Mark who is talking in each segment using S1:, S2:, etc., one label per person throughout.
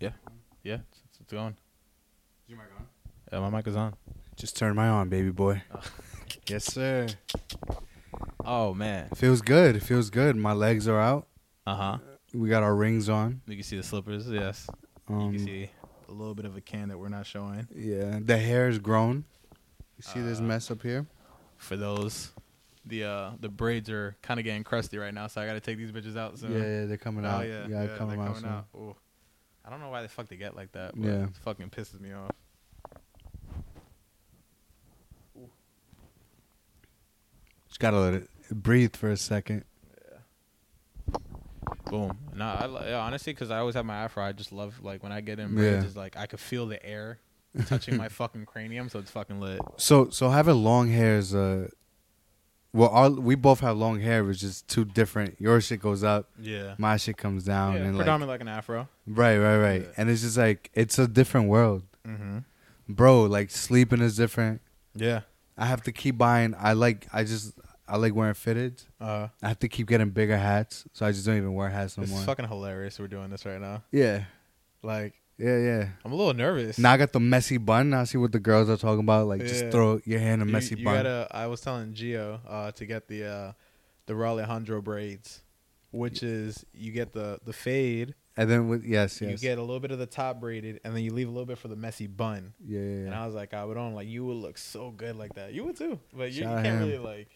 S1: Yeah. Yeah. It's, it's- it's going.
S2: Is your mic on?
S1: Yeah, my mic is on.
S2: Just turn my on, baby boy. yes, sir.
S1: Oh man.
S2: Feels good. It feels good. My legs are out.
S1: Uh huh.
S2: We got our rings on.
S1: You can see the slippers. Yes. you
S2: Um,
S1: can see a little bit of a can that we're not showing.
S2: yeah, the hair is grown. You see this
S1: Uh,
S2: mess up here?
S1: For those, the uh the braids are kind of getting crusty right now, so I got to take these bitches out soon.
S2: yeah, yeah, they're coming
S1: Oh
S2: out.
S1: yeah.
S2: yeah,
S1: they're
S2: coming out.
S1: coming
S2: soon.
S1: out. Ooh. I don't know why the fuck they get like that. But
S2: Yeah.
S1: It fucking pisses me off.
S2: Just gotta let it breathe for a second.
S1: Boom. No, I li- yeah, honestly, because I always have my afro. I just love like when I get in
S2: Yeah.
S1: braids, it's like I could feel the air touching my fucking cranium, so it's fucking lit.
S2: So, so having long hair is uh, well, our, we both have long hair, which is two different. Your shit goes up,
S1: Yeah.
S2: my shit comes down,
S1: yeah
S2: and like,
S1: predominantly like an afro.
S2: right, right, right.
S1: Yeah.
S2: And it's just like it's a different world.
S1: Mm-hmm.
S2: bro like sleeping is different
S1: Yeah.
S2: i have to keep buying i like i just i like wearing fitted
S1: Uh,
S2: i have to keep getting bigger hats so i just don't even wear hats no
S1: it's
S2: more
S1: fucking hilarious. We're doing this right now.
S2: yeah
S1: Like,
S2: yeah yeah
S1: I'm a little nervous.
S2: now i got the messy bun now i see what the girls are talking about like just
S1: Yeah.
S2: throw your hand in a
S1: you,
S2: messy
S1: you
S2: bun
S1: gotta. I was telling Gio uh, to get the uh, the Ralejandro braids, which is you get the the fade,
S2: and then with yes yes
S1: you get a little bit of the top braided, and then you leave a little bit for the messy bun.
S2: yeah yeah,
S1: And
S2: yeah.
S1: I was like, I would on like you would look so good like that. You would too, but you, you
S2: Shout out
S1: can't
S2: him.
S1: really like.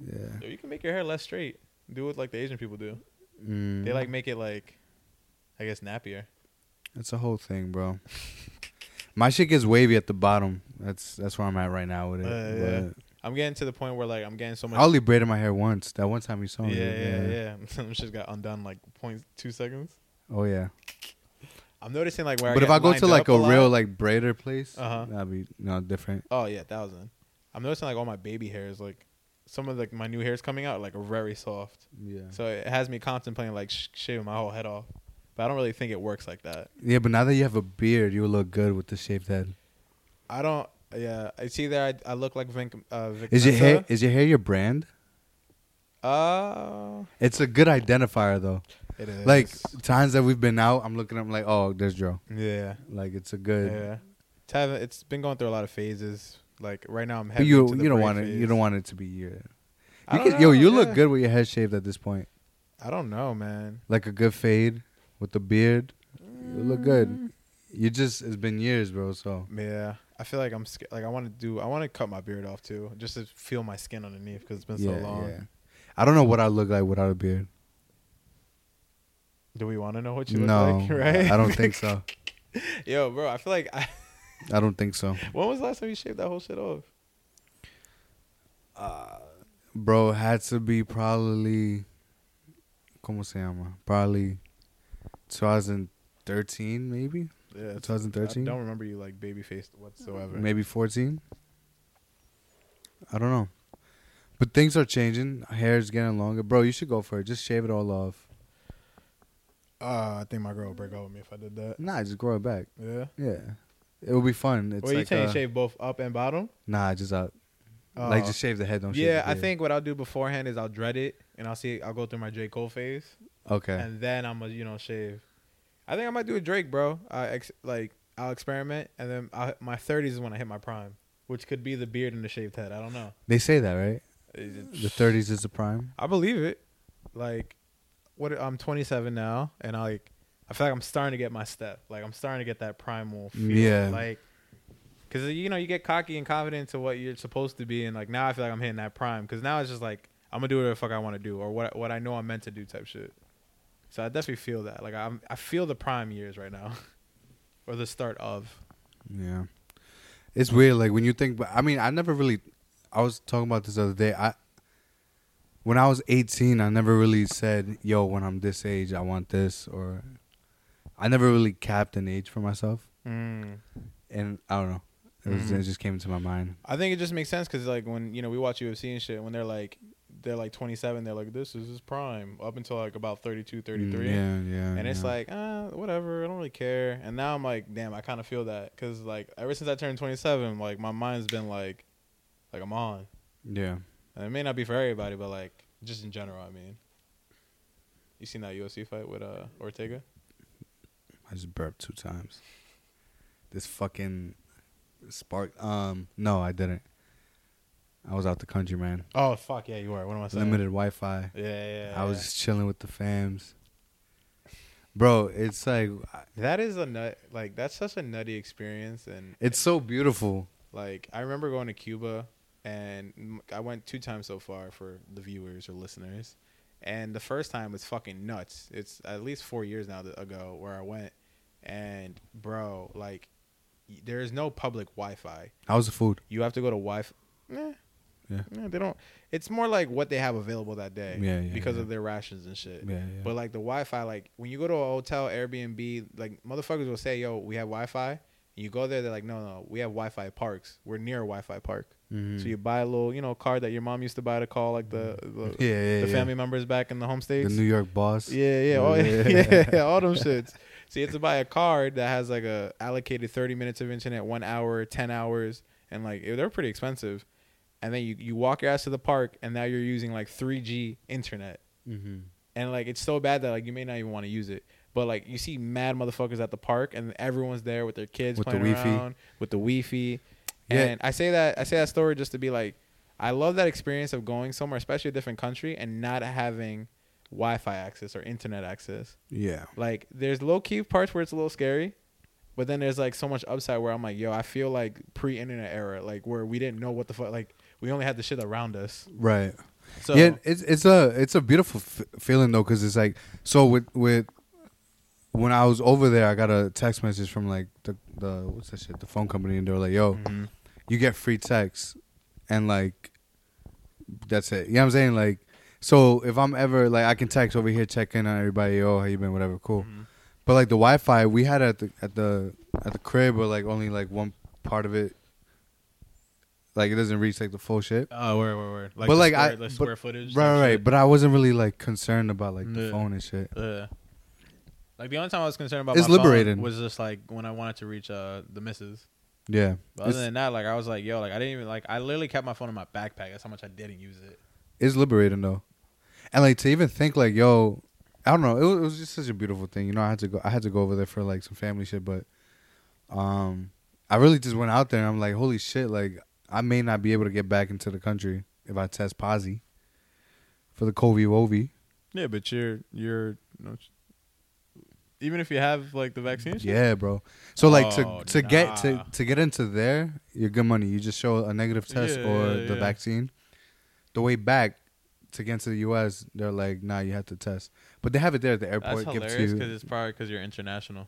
S2: yeah.
S1: You can make your hair less straight. Do what like the Asian people do.
S2: Mm.
S1: They like make it like, I guess nappier.
S2: it's a whole thing bro my shit gets wavy at the bottom that's that's where i'm at right now with it
S1: Uh, yeah.
S2: But
S1: I'm getting to the point where like I'm getting so much.
S2: i only braided my hair once that one time you saw
S1: yeah,
S2: me
S1: yeah, yeah. Some shit got undone like 0.2 seconds.
S2: oh yeah
S1: I'm noticing like where.
S2: But
S1: I
S2: if
S1: get
S2: I go
S1: lined
S2: to like
S1: up
S2: a,
S1: lot-
S2: real like braider place,
S1: Uh-huh.
S2: that'd be no different.
S1: Oh yeah, thousand. I'm noticing like all my baby hairs, like some of like my new hairs coming out, like are very soft.
S2: Yeah.
S1: So it has me contemplating like sh- shaving my whole head off, but I don't really think it works like that.
S2: Yeah, but now that you have a beard, you look good with the shaved head.
S1: I don't. Yeah, it's either I, I look like Vic. Uh, Vic
S2: Is your
S1: Mensa.
S2: hair is your hair your brand?
S1: Uh,
S2: It's a good identifier though.
S1: it is.
S2: Like times that we've been out, I'm looking up like, oh, there's Joe.
S1: yeah,
S2: Like it's a good.
S1: yeah. It's, having, it's been going through a lot of phases. Like right now, I'm
S2: But
S1: heavy.
S2: you
S1: into the
S2: you don't
S1: braid
S2: want it. You
S1: phase.
S2: don't want it to be your.
S1: I
S2: You
S1: don't
S2: can, yo,
S1: know,
S2: you look
S1: yeah.
S2: good with your head shaved at this point.
S1: I don't know, man.
S2: Like a good fade with the beard, you look
S1: Mm.
S2: good. You just it's been years, bro. So
S1: Yeah, I feel like I'm scared. Like I want to do. I want to cut my beard off too, just to feel my skin underneath because it's been so long.
S2: I don't know what I look like without a beard.
S1: Do we want to know what you look
S2: no,
S1: like? Right?
S2: I don't think so.
S1: Yo, bro, I feel like. I,
S2: I don't think so,
S1: when was the last time you shaved that whole shit off?
S2: bro. Had to be probably, como se llama? Probably 2013, maybe
S1: Yeah, it's- I
S2: 2013,
S1: don't remember you like baby faced whatsoever.
S2: maybe 14. I don't know, but things are changing. Hair's getting longer, bro. You should go for it. Just shave it all off.
S1: Uh, I think my girl would break up with me if I did that.
S2: Nah, just grow it back.
S1: Yeah.
S2: Yeah, it would be fun. It's
S1: well, you
S2: like
S1: saying
S2: uh,
S1: shave both up and bottom?
S2: nah, just out.
S1: Oh.
S2: like just shave the head. Don't shave
S1: yeah,
S2: the
S1: I
S2: beard.
S1: think what I'll do beforehand is I'll dread it and I'll see I'll go through my J Cole phase
S2: okay.
S1: and then I'm gonna you know shave. I think I might do a Drake, bro. I ex- like I'll experiment and then I, my 30s is when I hit my prime, which could be the beard and the shaved head. I don't know.
S2: They say that, right?
S1: Is it-
S2: The 30s is the prime.
S1: I believe it. Like, what I'm 27 now, and I like, I feel like I'm starting to get my step. Like, I'm starting to get that primal feel.
S2: Yeah.
S1: Like, because you know, you get cocky and confident to what you're supposed to be, and like now I feel like I'm hitting that prime. Because now it's just like I'm gonna do whatever the fuck I want to do, or what what I know I'm meant to do, type shit. So I definitely feel that. Like I'm, I feel the prime years right now, or the start of.
S2: Yeah. It's weird like when you think but I mean, I never really I was talking about this the other day. I when I was 18, I never really said, "Yo, when I'm this age, I want this," or I never really capped an age for myself. And I don't know. It, was,
S1: Mhm.
S2: it just came into my mind.
S1: I think it just makes sense because like when you know we watch UFC and shit, when they're like they're like 27, they're like this is his prime up until like about 32, 33,
S2: Mm, yeah, yeah.
S1: and it's
S2: yeah.
S1: like ah whatever, I don't really care. And now I'm like damn, I kind of feel that because like ever since I turned 27, like my mind's been like like I'm on.
S2: yeah.
S1: And it may not be for everybody, but like just in general, I mean. You seen that UFC fight with uh Ortega?
S2: I just burped two times. This fucking spark. Um, no, I didn't. I was out the country, man.
S1: Oh fuck yeah, you were. What am I saying?
S2: Limited Wi-Fi.
S1: Yeah, yeah.
S2: I was
S1: yeah.
S2: just chilling with the fams. Bro, it's like I-
S1: That is a nut. Like that's such a nutty experience, and
S2: it's so beautiful.
S1: Like I remember going to Cuba, and m- I went two times so far for the viewers or listeners. And the first time was fucking nuts. It's at least four years now th- ago where I went, and bro, like y- there is no public Wi-Fi.
S2: How's the food?
S1: You have to go to Wi-Fi. Eh,
S2: Yeah.
S1: eh, they don't. It's more like what they have available that day.
S2: Yeah, yeah,
S1: because
S2: yeah.
S1: of their rations and shit.
S2: Yeah, yeah.
S1: But like the Wi-Fi, like when you go to a hotel, Airbnb, like motherfuckers will say, "Yo, we have Wi-Fi." And you go there, they're like, "No, no, we have Wi-Fi parks. We're near a Wi-Fi park."
S2: Mhm.
S1: So you buy a little, you know, card that your mom used to buy to call like the the,
S2: yeah, yeah,
S1: the
S2: yeah.
S1: family members back in the home states.
S2: the New York boss.
S1: yeah, yeah, all, yeah, yeah, all them shits. So you have to buy a card that has like a allocated thirty minutes of internet, one hour, ten hours, and like they're pretty expensive. And then you, you walk your ass to the park, and now you're using like three G internet
S2: Mm-hmm.
S1: and like it's so bad that like you may not even want to use it. But like you see mad motherfuckers at the park, and everyone's there with their kids
S2: With the
S1: playing
S2: Wi-Fi.
S1: around with the Wi-Fi.
S2: Yeah.
S1: And I say that I say that story just to be like, I love that experience of going somewhere, especially a different country, and not having Wi-Fi access or internet access.
S2: Yeah.
S1: Like there's low key parts where it's a little scary, but then there's like so much upside where I'm like, yo, I feel like pre-internet era, like where we didn't know what the fuck, like we only had the shit around us.
S2: Right.
S1: So
S2: yeah, it's it's a it's a beautiful f- feeling though, because it's like so with with when I was over there, I got a text message from like the the what's that shit the phone company, and they were like, "Yo,
S1: Mhm.
S2: you get free text, and like that's it." You know what I'm saying? Like, so if I'm ever like I can text over here, check in on everybody. Yo, how you been? Whatever, cool.
S1: Mm-hmm.
S2: But like the Wi-Fi we had at the at the at the crib, but like only like one part of it. Like it doesn't reach like the full shit.
S1: Oh, where, where, where? Like
S2: But,
S1: the
S2: like,
S1: square,
S2: I-
S1: the
S2: but-
S1: square footage.
S2: Right,
S1: and
S2: right,
S1: shit.
S2: But I wasn't really like concerned about like the
S1: Yeah.
S2: phone and shit.
S1: Yeah. Like the only time I was concerned about
S2: It's
S1: my phone
S2: liberating.
S1: was just like when I wanted to reach uh the missus.
S2: Yeah,
S1: But other
S2: It's-
S1: than that, like I was like, yo, like I didn't even like I literally kept my phone in my backpack. That's how much I didn't use it.
S2: it's liberating though, and like to even think like yo, I don't know. It was, it was just such a beautiful thing. You know, I had to go. I had to go over there for like some family shit, but um, I really just went out there and I'm like, holy shit! Like I may not be able to get back into the country if I test posi for the COVID
S1: Yeah, but you're you're even if you have like the vaccine.
S2: Yeah, bro. So like
S1: Oh,
S2: to to get
S1: nah.
S2: to to get into there, you're good money. You just show a negative test
S1: Yeah,
S2: or
S1: yeah,
S2: the
S1: yeah.
S2: vaccine. The way back to get to the U.S., they're like, nah, you have to test. But they have it there at the
S1: That's
S2: airport. Give it to
S1: hilarious because
S2: you.
S1: it's probably because you're international.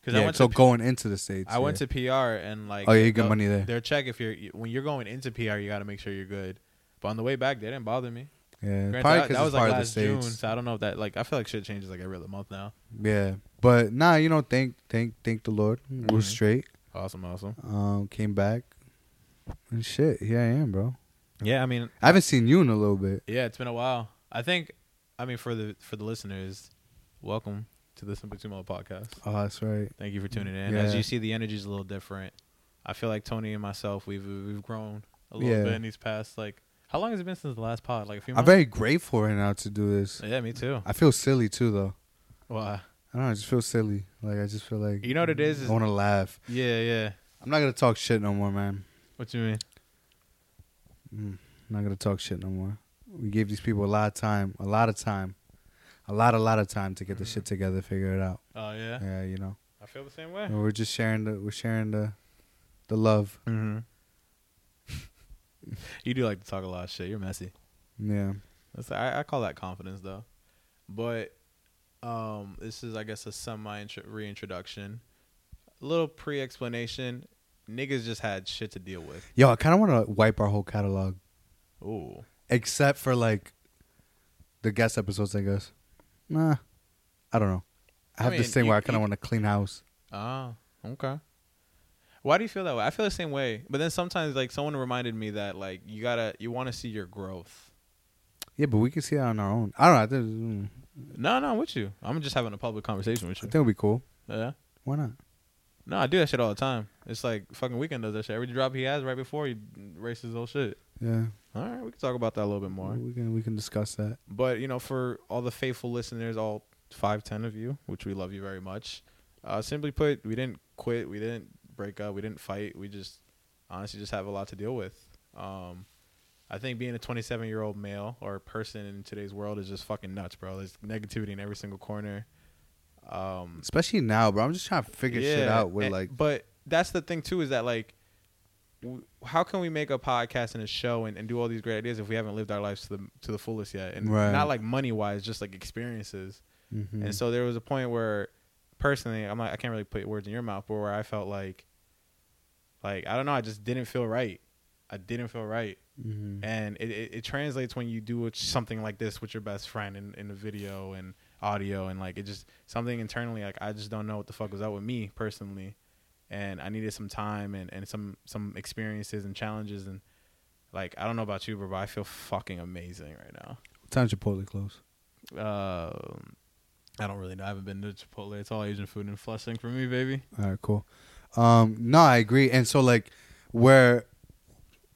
S1: Because I
S2: Yeah,
S1: went
S2: so
S1: to P-
S2: going into the states.
S1: I went
S2: yeah.
S1: to PR and like
S2: Oh yeah, you
S1: the-
S2: get money there.
S1: Their check if you're when you're going into PR, you got to make sure you're good. But on the way back, they didn't bother me.
S2: Yeah,
S1: Granted,
S2: probably
S1: that-
S2: because
S1: that
S2: it's
S1: was like
S2: part of the
S1: last June,
S2: states.
S1: so I don't know if that like I feel like shit changes like every other month now.
S2: Yeah, but nah, you know, thank thank thank the Lord, we're
S1: Mhm.
S2: straight.
S1: Awesome, awesome.
S2: Um, came back and shit. Here I am, bro.
S1: Yeah, I mean,
S2: I haven't seen you in a little bit.
S1: yeah, it's been a while. I think, I mean, for the for the listeners, welcome to the Simple Tumo podcast.
S2: Oh, that's right.
S1: Thank you for tuning in. As
S2: Yeah.
S1: you see, the energy's a little different. I feel like Tony and myself, we've we've grown a little
S2: Yeah.
S1: bit in these past like how long has it been since the last pod? Like a few
S2: I'm
S1: months.
S2: very grateful right now to do this.
S1: yeah, me too.
S2: I feel silly too, though.
S1: Wow.
S2: I don't know. I just feel silly. Like I just feel like
S1: You know what it is?
S2: I
S1: is
S2: want to laugh.
S1: yeah, yeah.
S2: I'm not gonna talk shit no more, man.
S1: What you mean?
S2: Mm, I'm not gonna talk shit no more. We gave these people a lot of time, a lot of time, a lot, a lot of time to get the shit together, figure it out.
S1: Oh Mm-hmm. yeah,
S2: Yeah, you know.
S1: I feel the same way.
S2: And we're just sharing the, we're sharing the, the love.
S1: Mm-hmm. you do like to talk a lot of shit. You're messy.
S2: Yeah.
S1: That's, I, I call that confidence though. But um, this is, I guess, a semi reintroduction. A little pre explanation. Niggas just had shit to deal with.
S2: Yo, I kind of want to wipe our whole catalog,
S1: Ooh.
S2: except for like, the guest episodes. I guess. Nah, I don't know. I
S1: I
S2: have this
S1: mean,
S2: thing
S1: you-
S2: where I kind
S1: you-
S2: of want to clean house.
S1: Ah, okay. Why do you feel that way? I feel the same way. But then sometimes, like, someone reminded me that, like, you gotta, you wanna see your growth.
S2: Yeah, but we can see it on our own. I don't know. I think, mm,
S1: No, no, I'm with you. I'm just having a public conversation
S2: I
S1: with you.
S2: think it'll be cool.
S1: Yeah.
S2: Why not?
S1: No, I do that shit all the time. It's like fucking weekend does that shit. Every drop he has right before he races old shit.
S2: Yeah,
S1: All right, we can talk about that a little bit more.
S2: we can we can discuss that.
S1: But you know, for all the faithful listeners, all five ten of you, which we love you very much. Uh, simply put, we didn't quit. We didn't break up. We didn't fight. We just honestly just have a lot to deal with. Um, I think being a 27 year old male or person in today's world is just fucking nuts, bro. There's negativity in every single corner. Um,
S2: Especially now, bro. I'm just trying to figure shit
S1: yeah,
S2: out. With
S1: and-
S2: like,
S1: but that's the thing too is that like, w- how can we make a podcast and a show and, and do all these great ideas if we haven't lived our lives to the to the fullest yet? And
S2: Right.
S1: not like money wise, just like experiences.
S2: Mhm.
S1: And so there was a point where, personally, I'm like, I can't really put words in your mouth, but where I felt like, like I don't know, I just didn't feel right. I didn't feel right,
S2: Mhm.
S1: and it, it, it translates when you do it- something like this with your best friend in in the video and audio, and like it just something internally. Like I just don't know what the fuck was up with me personally, and I needed some time and and some some experiences and challenges and. Like I don't know about you, bro, but I feel fucking amazing right now
S2: What time's Chipotle close?
S1: um, I don't really know. I haven't been to Chipotle. It's all Asian food and Flushing for me, baby.
S2: All right, cool. Um, no, I agree. And so like where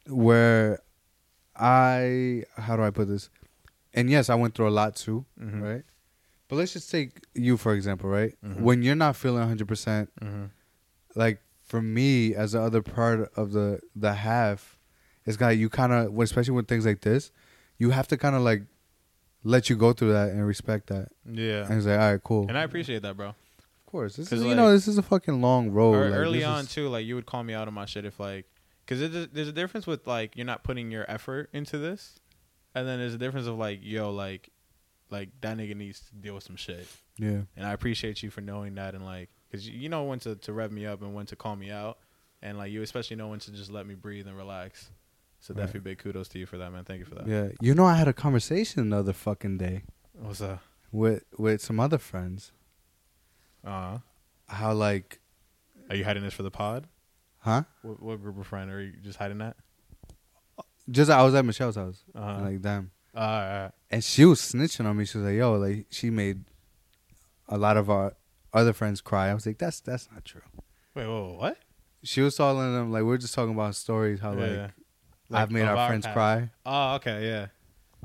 S2: where I how do I put this? And yes, I went through a lot too,
S1: Mhm.
S2: right? But let's just take you for example, right?
S1: Mhm.
S2: When you're not feeling 100%,
S1: Mm-hmm.
S2: like for me as the other part of the the half, it's got you kind of especially with things like this, you have to kind of like let you go through that and respect that.
S1: Yeah,
S2: And it's like, all right, cool.
S1: and I appreciate that, bro.
S2: of course, this
S1: 'cause,
S2: is, you
S1: like-
S2: know, this is a fucking long road.
S1: Ear-
S2: like,
S1: early
S2: this
S1: on
S2: is-
S1: too, like you would call me out on my shit if like, because there's a difference with like you're not putting your effort into this, and then there's a difference of like, yo, like, like that nigga needs to deal with some shit,
S2: yeah.
S1: and I appreciate you for knowing that and like, because you know when to to rev me up and when to call me out, and like you especially know when to just let me breathe and relax. So
S2: Right.
S1: definitely big kudos to you for that, man. Thank you for that.
S2: Yeah, you know, I had a conversation the other fucking day
S1: What's up?
S2: with with some other friends.
S1: Uh,
S2: How like,
S1: are you hiding this for the pod?
S2: huh?
S1: What, what group of friend are you just hiding that?
S2: Just I was at Michelle's house.
S1: Uh-huh.
S2: Like damn,
S1: Uh, all
S2: and she was snitching on me. She was like, "Yo, like she made a lot of our other friends cry." I was like, "That's that's not true."
S1: right. Wait, whoa, what?
S2: She was telling them like we we're just talking about stories how
S1: Yeah.
S2: Uh, like,
S1: Like,
S2: I've made
S1: of
S2: our,
S1: our
S2: friends
S1: past.
S2: cry,
S1: Oh, okay, yeah.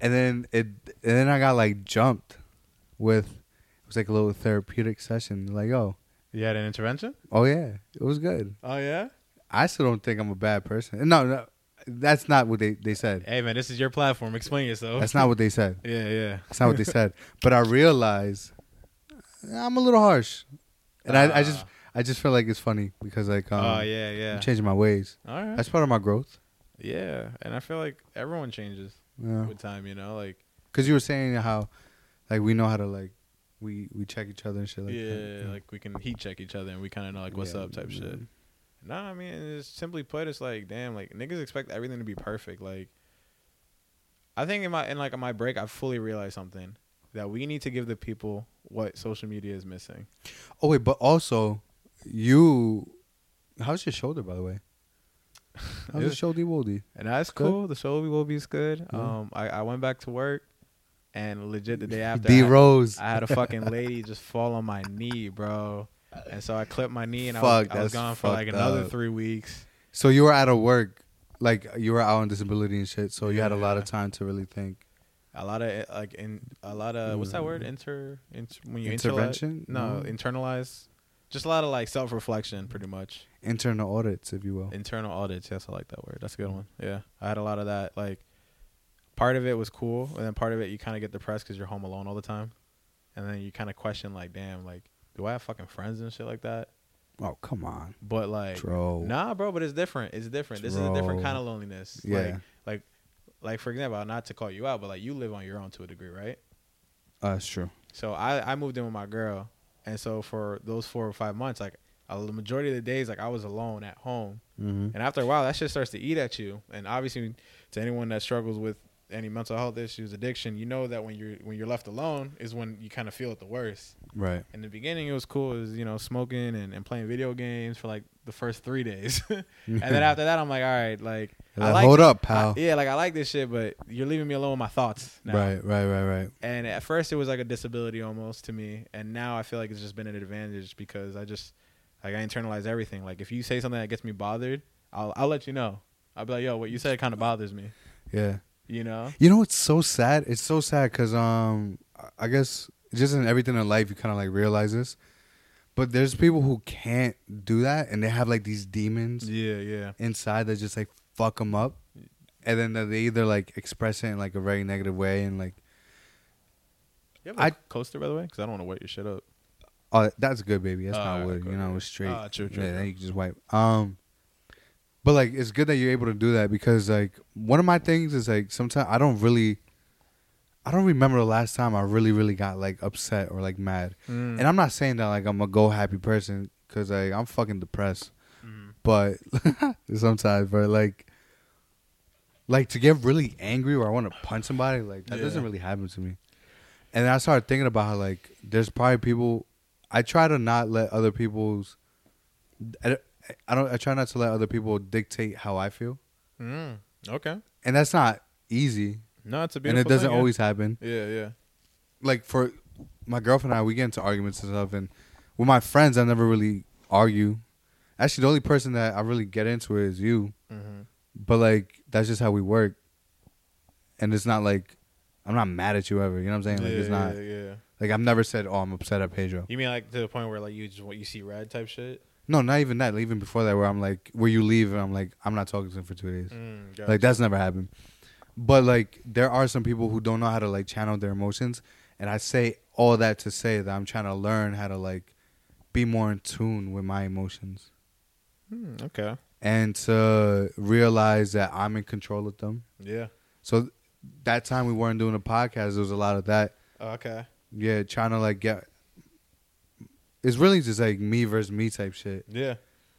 S2: and then it and then I got like jumped with it was like a little therapeutic session. Like, oh,
S1: You had an intervention?
S2: oh yeah, it was good.
S1: Oh yeah.
S2: I still don't think I'm a bad person. No, no, that's not what they, they said.
S1: Hey man, this is your platform. Explain yourself.
S2: That's not what they said.
S1: yeah, yeah.
S2: That's not what they said. But I realize eh, I'm a little harsh, and I, I just
S1: Ah.
S2: I just feel like it's funny because like um,
S1: oh yeah, yeah.
S2: I'm changing my ways.
S1: All right.
S2: That's part of my growth.
S1: yeah, and I feel like everyone changes
S2: Yeah,
S1: with time. You know, like
S2: because you were saying how like we know how to like we we check each other and shit like
S1: yeah,
S2: that.
S1: like we can heat check each other and we kind of know like what's
S2: Yeah, mm-hmm.
S1: up type
S2: yeah.
S1: shit. Nah, I mean, it's simply put, it's like, damn, like niggas expect everything to be perfect. Like, I think in my in like my break, I fully realized something that we need to give the people what social media is missing.
S2: Oh wait, but also you, how's your shoulder by the way? How's your
S1: It's-
S2: shoulder, Woldy?
S1: And that's
S2: Good.
S1: cool. The show will be good.
S2: Yeah.
S1: Um, I, I went back to work, and legit the day after, I
S2: D
S1: had-
S2: Rose.
S1: I had a fucking lady just fall on my knee, bro. And so I clipped my knee, and I, was,
S2: Fuck,
S1: I was
S2: that's
S1: gone for like
S2: fucked
S1: another
S2: up.
S1: three weeks.
S2: So you were out of work, like you were out on disability and shit. So you had a lot of
S1: Yeah.
S2: time to really think.
S1: A lot of uh, like in a lot of what's that word? Inter, inter when you internalize-
S2: Mm. Intervention? Mm.
S1: No,
S2: No.
S1: internalize. Just a lot of like self reflection, pretty much.
S2: Internal audits, if you will.
S1: Internal audits. Yes, I like that word. That's a good one. Yeah, I had a lot of that. Like, part of it was cool, and then part of it you kind of get depressed because you're home alone all the time, and then you kind of question like, damn, like, do I have fucking friends and shit like that?
S2: Oh come on,
S1: But like,
S2: bro.
S1: Nah, bro, but it's different. It's different. This is a different
S2: Bro.
S1: kind of loneliness. Like,
S2: Yeah.
S1: like, like for example, not to call you out, but like you live on your own to a degree, right?
S2: Uh, that's true.
S1: So I I moved in with my girl, and so for those four or five months, like uh, the majority of the days, like I was alone at home,
S2: Mm-hmm.
S1: and after a while, that shit starts to eat at you. And obviously, to anyone that struggles with any mental health issues, addiction, you know that when you're when you're left alone is when you kind of feel it the worst.
S2: Right.
S1: In the beginning, it was cool, it was you know smoking and, and playing video games for like the first three days. And then after that, I'm like, all right, like, I like
S2: hold
S1: it.
S2: up, pal.
S1: I- yeah, like I like this shit, but you're leaving me alone with my thoughts now.
S2: Right, right, right, right.
S1: And at first, it was like a disability almost to me, and now I feel like it's just been an advantage because I just like I internalize everything. Like if you say something that gets me bothered, I'll I'll let you know. I'll be like, yo, what you said kind of bothers me,
S2: Yeah.
S1: you know?
S2: You know what's so sad? It's so sad because um, I- I guess just in everything in life, you kind of like realize this. But there's people who can't do that, and they have like these demons
S1: Yeah, yeah.
S2: inside that just like fuck them up, and then they either like express it in like a very negative way, and like,
S1: You have a
S2: I-
S1: coaster, by the way, because I don't want to wet your shit up.
S2: oh, that's good, baby. That's
S1: Oh,
S2: not
S1: alright,
S2: wood.
S1: cool,
S2: you know,
S1: yeah.
S2: it's straight.
S1: Ah, true, true,
S2: Yeah,
S1: true.
S2: then you can just wipe. Um, but like, it's good that you're able to do that because like one of my things is like sometimes I don't really, I don't remember the last time I really really got like upset or like mad.
S1: Mm.
S2: And I'm not saying that like I'm a go happy person because like I'm fucking depressed, but sometimes, but like, like to get really angry or I want to punch somebody, like that
S1: Yeah.
S2: doesn't really happen to me. And I started thinking about how like there's probably people. I try to not let other people's. I don't- I don't. I try not to let other people dictate how I feel,
S1: Mm. Okay.
S2: and that's not easy,
S1: No, it's a
S2: and
S1: beautiful.
S2: it doesn't
S1: thing, yeah.
S2: always happen.
S1: Yeah, yeah.
S2: like for my girlfriend and I, we get into arguments and stuff. And with my friends, I never really argue. Actually, the only person that I really get into it is you.
S1: Mm-hmm.
S2: But like, that's just how we work. And it's not like I'm not mad at you ever. You know what I'm saying? Like
S1: yeah,
S2: it's not
S1: Yeah, yeah.
S2: like I've never said, "Oh, I'm upset at Pedro."
S1: You mean like to the point where like you just what you see red type shit?
S2: No, not even that. Even before that, where I'm like, where you leave, and I'm like, I'm not talking to him for two days.
S1: Mm,
S2: Like that's never happened. But like there are some people who don't know how to like channel their emotions, and I say all that to say that I'm trying to learn how to like be more in tune with my emotions
S1: Mm, okay.
S2: and to realize that I'm in control of them.
S1: Yeah.
S2: So that time we weren't doing a podcast, there was a lot of that.
S1: Oh, Okay.
S2: Yeah, trying to like get. It's really just like me versus me type shit
S1: Yeah.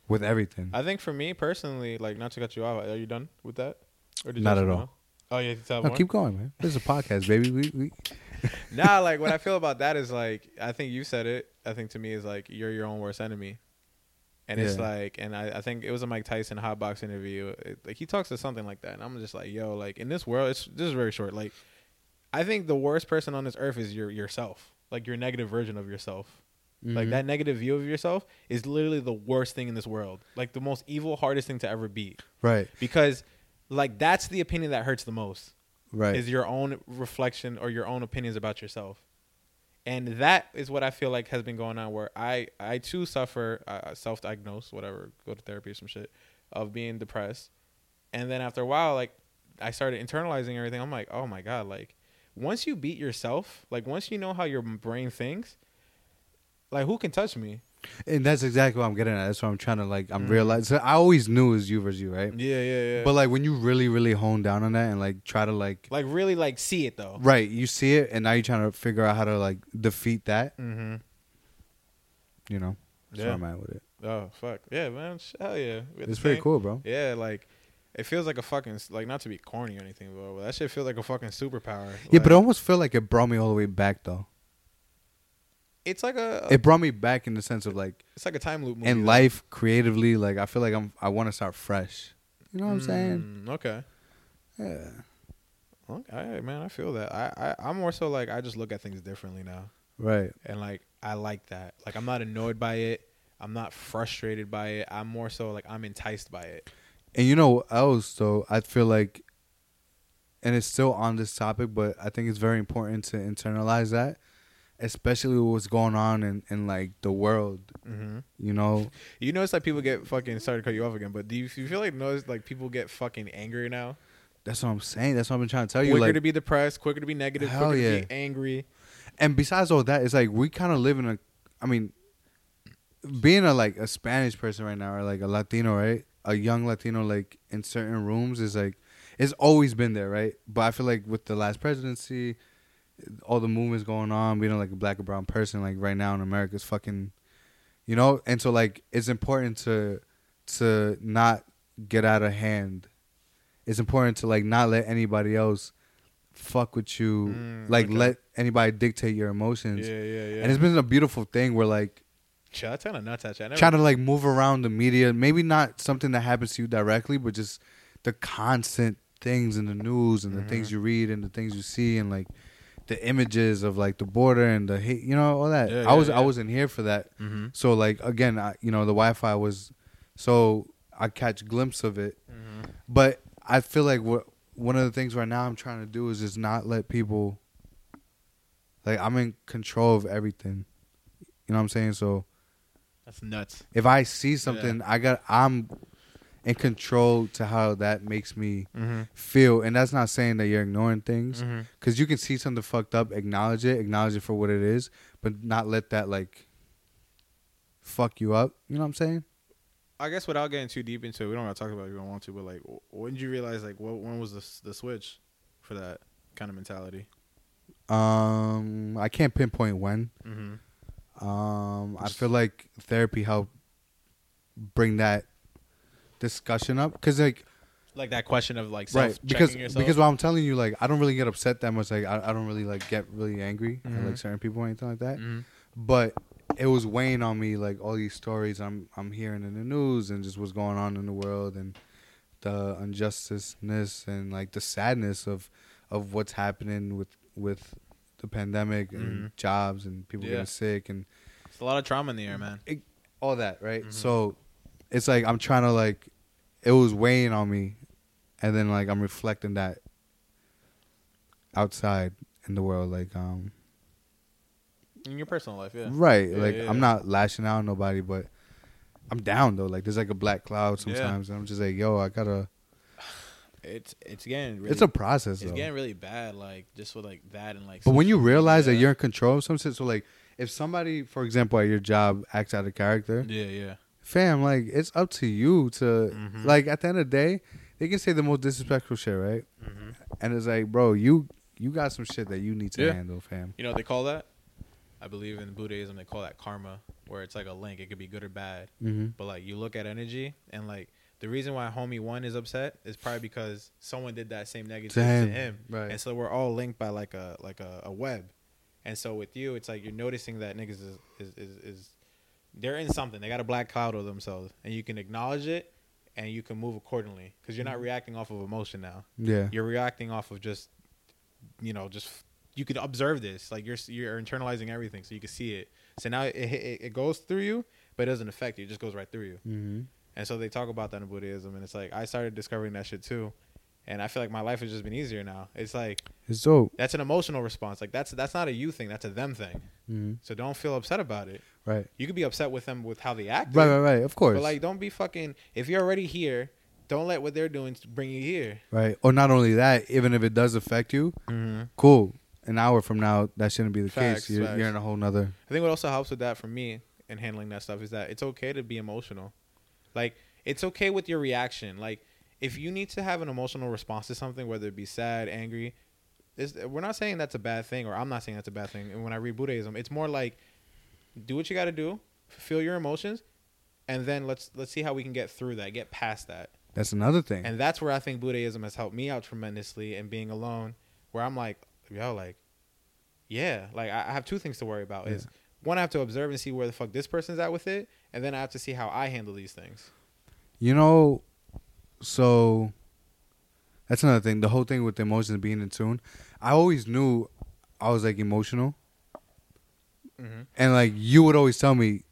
S2: with everything.
S1: I think for me personally, like not to cut you off, are you done with that? Or you
S2: Not
S1: have
S2: at all.
S1: something else? Oh, you have to tell
S2: No,
S1: more?
S2: keep going, man. This is a podcast, baby. We, we
S1: nah, like what I feel about that is like I think you said it. I think to me is like you're your own worst enemy, and it's
S2: Yeah.
S1: like, and I, I think it was a Mike Tyson hot box interview. It, like he talks to something like that, and I'm just like, yo, like in this world, it's this is very short. Like, I think the worst person on this earth is your yourself, like your negative version of yourself. Like
S2: Mhm.
S1: that negative view of yourself is literally the worst thing in this world. Like the most evil, hardest thing to ever be,
S2: right,
S1: because like that's the opinion that hurts the most
S2: right.
S1: is your own reflection or your own opinions about yourself and that is what i feel like has been going on where i i too suffer uh, self-diagnose whatever go to therapy or some shit of being depressed and then after a while like i started internalizing everything i'm like oh my god like once you beat yourself like once you know how your brain thinks like who can touch me
S2: And that's exactly what I'm getting at. That's what I'm trying to like. I'm
S1: Mm.
S2: realizing. I always knew it was you versus you, right?
S1: yeah yeah yeah
S2: But
S1: but
S2: like when you really, really hone down on that and like try to like,
S1: like really like see it though
S2: right, you see it, and now you're trying to figure out how to like defeat that.
S1: mm-hmm
S2: You know, that's
S1: Yeah.
S2: where I'm at with it.
S1: oh fuck yeah man Sh- hell yeah We had the
S2: It's pretty
S1: same-
S2: cool, bro.
S1: Yeah, like it feels like a fucking like not to be corny or anything, bro, but that shit feels like a fucking superpower.
S2: Yeah, but I
S1: Like,
S2: almost feel like it brought me all the way back though.
S1: it's like a
S2: It brought me back in the sense of like
S1: it's like a time loop. Movie
S2: in
S1: though.
S2: life creatively. Like I feel like I'm. I want to start fresh. You know what I'm saying?
S1: Mm, okay.
S2: Yeah.
S1: Okay, all right, man, I feel that. I, I I'm more so like I just look at things differently now,
S2: Right.
S1: and like I like that. Like I'm not annoyed by it. I'm not frustrated by it. I'm more so like I'm enticed by it.
S2: And you know what else though? I feel like and it's still on this topic, but I think it's very important to internalize that. Especially with what's going on in, in like the world,
S1: Mm-hmm.
S2: you know?
S1: You notice like people get fucking sorry to cut you off again, but do you, you feel like notice like people get fucking angry now?
S2: That's what I'm saying. That's what I've been trying to tell you.
S1: Quicker
S2: Like,
S1: to be depressed, quicker to be negative,
S2: Hell
S1: quicker
S2: yeah.
S1: to be angry.
S2: and besides all that, it's like we kind of live in a. I mean, being a like a Spanish person right now, or like a Latino, right? A young Latino, like in certain rooms, is like it's always been there, right? But I feel like with the last presidency, all the movements going on, being like a black or brown person, like right now in America is fucking, you know. And so like it's important to to not get out of hand. It's important to like not let anybody else fuck with you,
S1: Mm,
S2: like
S1: okay.
S2: let anybody dictate your emotions.
S1: Yeah, yeah, yeah.
S2: And it's been a beautiful thing where like
S1: Shit, that's kind of nuts. Actually, I never,
S2: trying to like move around the media, maybe not something that happens to you directly, but just the constant things in the news and the
S1: Mm-hmm.
S2: things you read and the things you see and like the images of like the border and the hate, you know, all that.
S1: Yeah, yeah,
S2: I was
S1: yeah.
S2: I wasn't here for that.
S1: Mhm.
S2: So like again, I, you know, the Wi-Fi was so I catch glimpse of it,
S1: Mm-hmm.
S2: but I feel like what one of the things right now I'm trying to do is just not let people. Like I'm in control of everything, you know what I'm saying. So
S1: That's nuts.
S2: If I see something, I got I'm in control to how that makes me
S1: Mm-hmm.
S2: feel, and that's not saying that you're ignoring things,
S1: Mhm.
S2: because you can see something fucked up, acknowledge it, acknowledge it for what it is, but not let that like fuck you up. You know what I'm saying?
S1: I guess without getting too deep into it, we don't want to talk about it if you don't want to, but like, wh- when did you realize, like, what, when was the, s- the switch for that kind of mentality?
S2: Um, I can't pinpoint when.
S1: Mm-hmm.
S2: Um, I feel like therapy helped bring that discussion up because like
S1: Like that question of like
S2: right
S1: self
S2: because
S1: yourself.
S2: because what I'm telling you like I don't really get upset that much like I, I don't really like get really angry at
S1: Mhm.
S2: like certain people or anything like that
S1: Mhm.
S2: but it was weighing on me like all these stories I'm I'm hearing in the news and just what's going on in the world and the injusticeness and like the sadness of of what's happening with with the pandemic and
S1: Mhm.
S2: jobs and people
S1: Yeah.
S2: getting sick and
S1: it's a lot of trauma in the air, man.
S2: it, all that, right?
S1: Mm-hmm.
S2: So it's like I'm trying to like it was weighing on me, and then like I'm reflecting that outside in the world, like um
S1: In your personal life, yeah.
S2: right,
S1: Yeah,
S2: like
S1: yeah,
S2: I'm
S1: yeah.
S2: not lashing out on nobody, but I'm down though. Like there's like a black cloud
S1: Yeah.
S2: sometimes, and I'm just like, yo, I gotta.
S1: It's it's getting really,
S2: It's a process
S1: it's
S2: though.
S1: getting really bad, like just with like that and like.
S2: But when you
S1: social
S2: realize that
S1: media.
S2: you're in control of something, so like if somebody, for example, at your job acts out of character,
S1: yeah, yeah,
S2: fam, like it's up to you to
S1: Mhm.
S2: like at the end of the day, they can say the most disrespectful shit, right?
S1: Mhm.
S2: And it's like, bro, you you got some shit that you need to
S1: Yeah.
S2: handle, fam.
S1: you know what they call that? I believe in Buddhism they call that karma, where it's like a link. It could be good or bad,
S2: Mm-hmm.
S1: but like you look at energy and like the reason why homie one is upset is probably because someone did that same negative
S2: To
S1: to
S2: him,
S1: him,
S2: right.
S1: and so we're all linked by like a like a, a web, and so with you it's like you're noticing that niggas is is is, is they're in something. They got a black cloud of themselves, and you can acknowledge it, and you can move accordingly because you're not reacting off of emotion now.
S2: Yeah.
S1: You're reacting off of just, you know, just you can observe this. Like you're you're internalizing everything, so you can see it. So now it it, it goes through you, but it doesn't affect you. It just goes right through you.
S2: Mm-hmm.
S1: And so they talk about that in Buddhism, and it's like I started discovering that shit too, and I feel like my life has just been easier now. It's like
S2: It's dope.
S1: that's an emotional response. Like that's that's not a you thing. That's a them thing.
S2: Mm-hmm.
S1: So don't feel upset about it.
S2: Right.
S1: You could be upset with them with how they acted.
S2: Right. Right. Right. Of course.
S1: But like, don't be fucking. If you're already here, don't let what they're doing bring you here.
S2: right. Or not only that, even if it does affect you,
S1: Mm-hmm.
S2: cool. An hour from now, that shouldn't be the
S1: Facts,
S2: case. You're,
S1: facts.
S2: you're in a whole nother.
S1: I think what also helps with that for me in handling that stuff is that it's okay to be emotional. Like it's okay with your reaction. Like if you need to have an emotional response to something, whether it be sad, angry, it's, we're not saying that's a bad thing, or I'm not saying that's a bad thing. And when I read Buddhism, it's more like do what you got to do, feel your emotions, and then let's let's see how we can get through that, get past that.
S2: That's another thing.
S1: And that's where I think Buddhism has helped me out tremendously and being alone, where I'm like, yo, like, yeah, like I I have two things to worry about is one, I have to observe and see where the fuck this person's at with it, and then I have to see how I handle these things.
S2: You know, so that's another thing. The whole thing with the emotions being in tune. I always knew I was like emotional,
S1: Mhm.
S2: and like you would always tell me,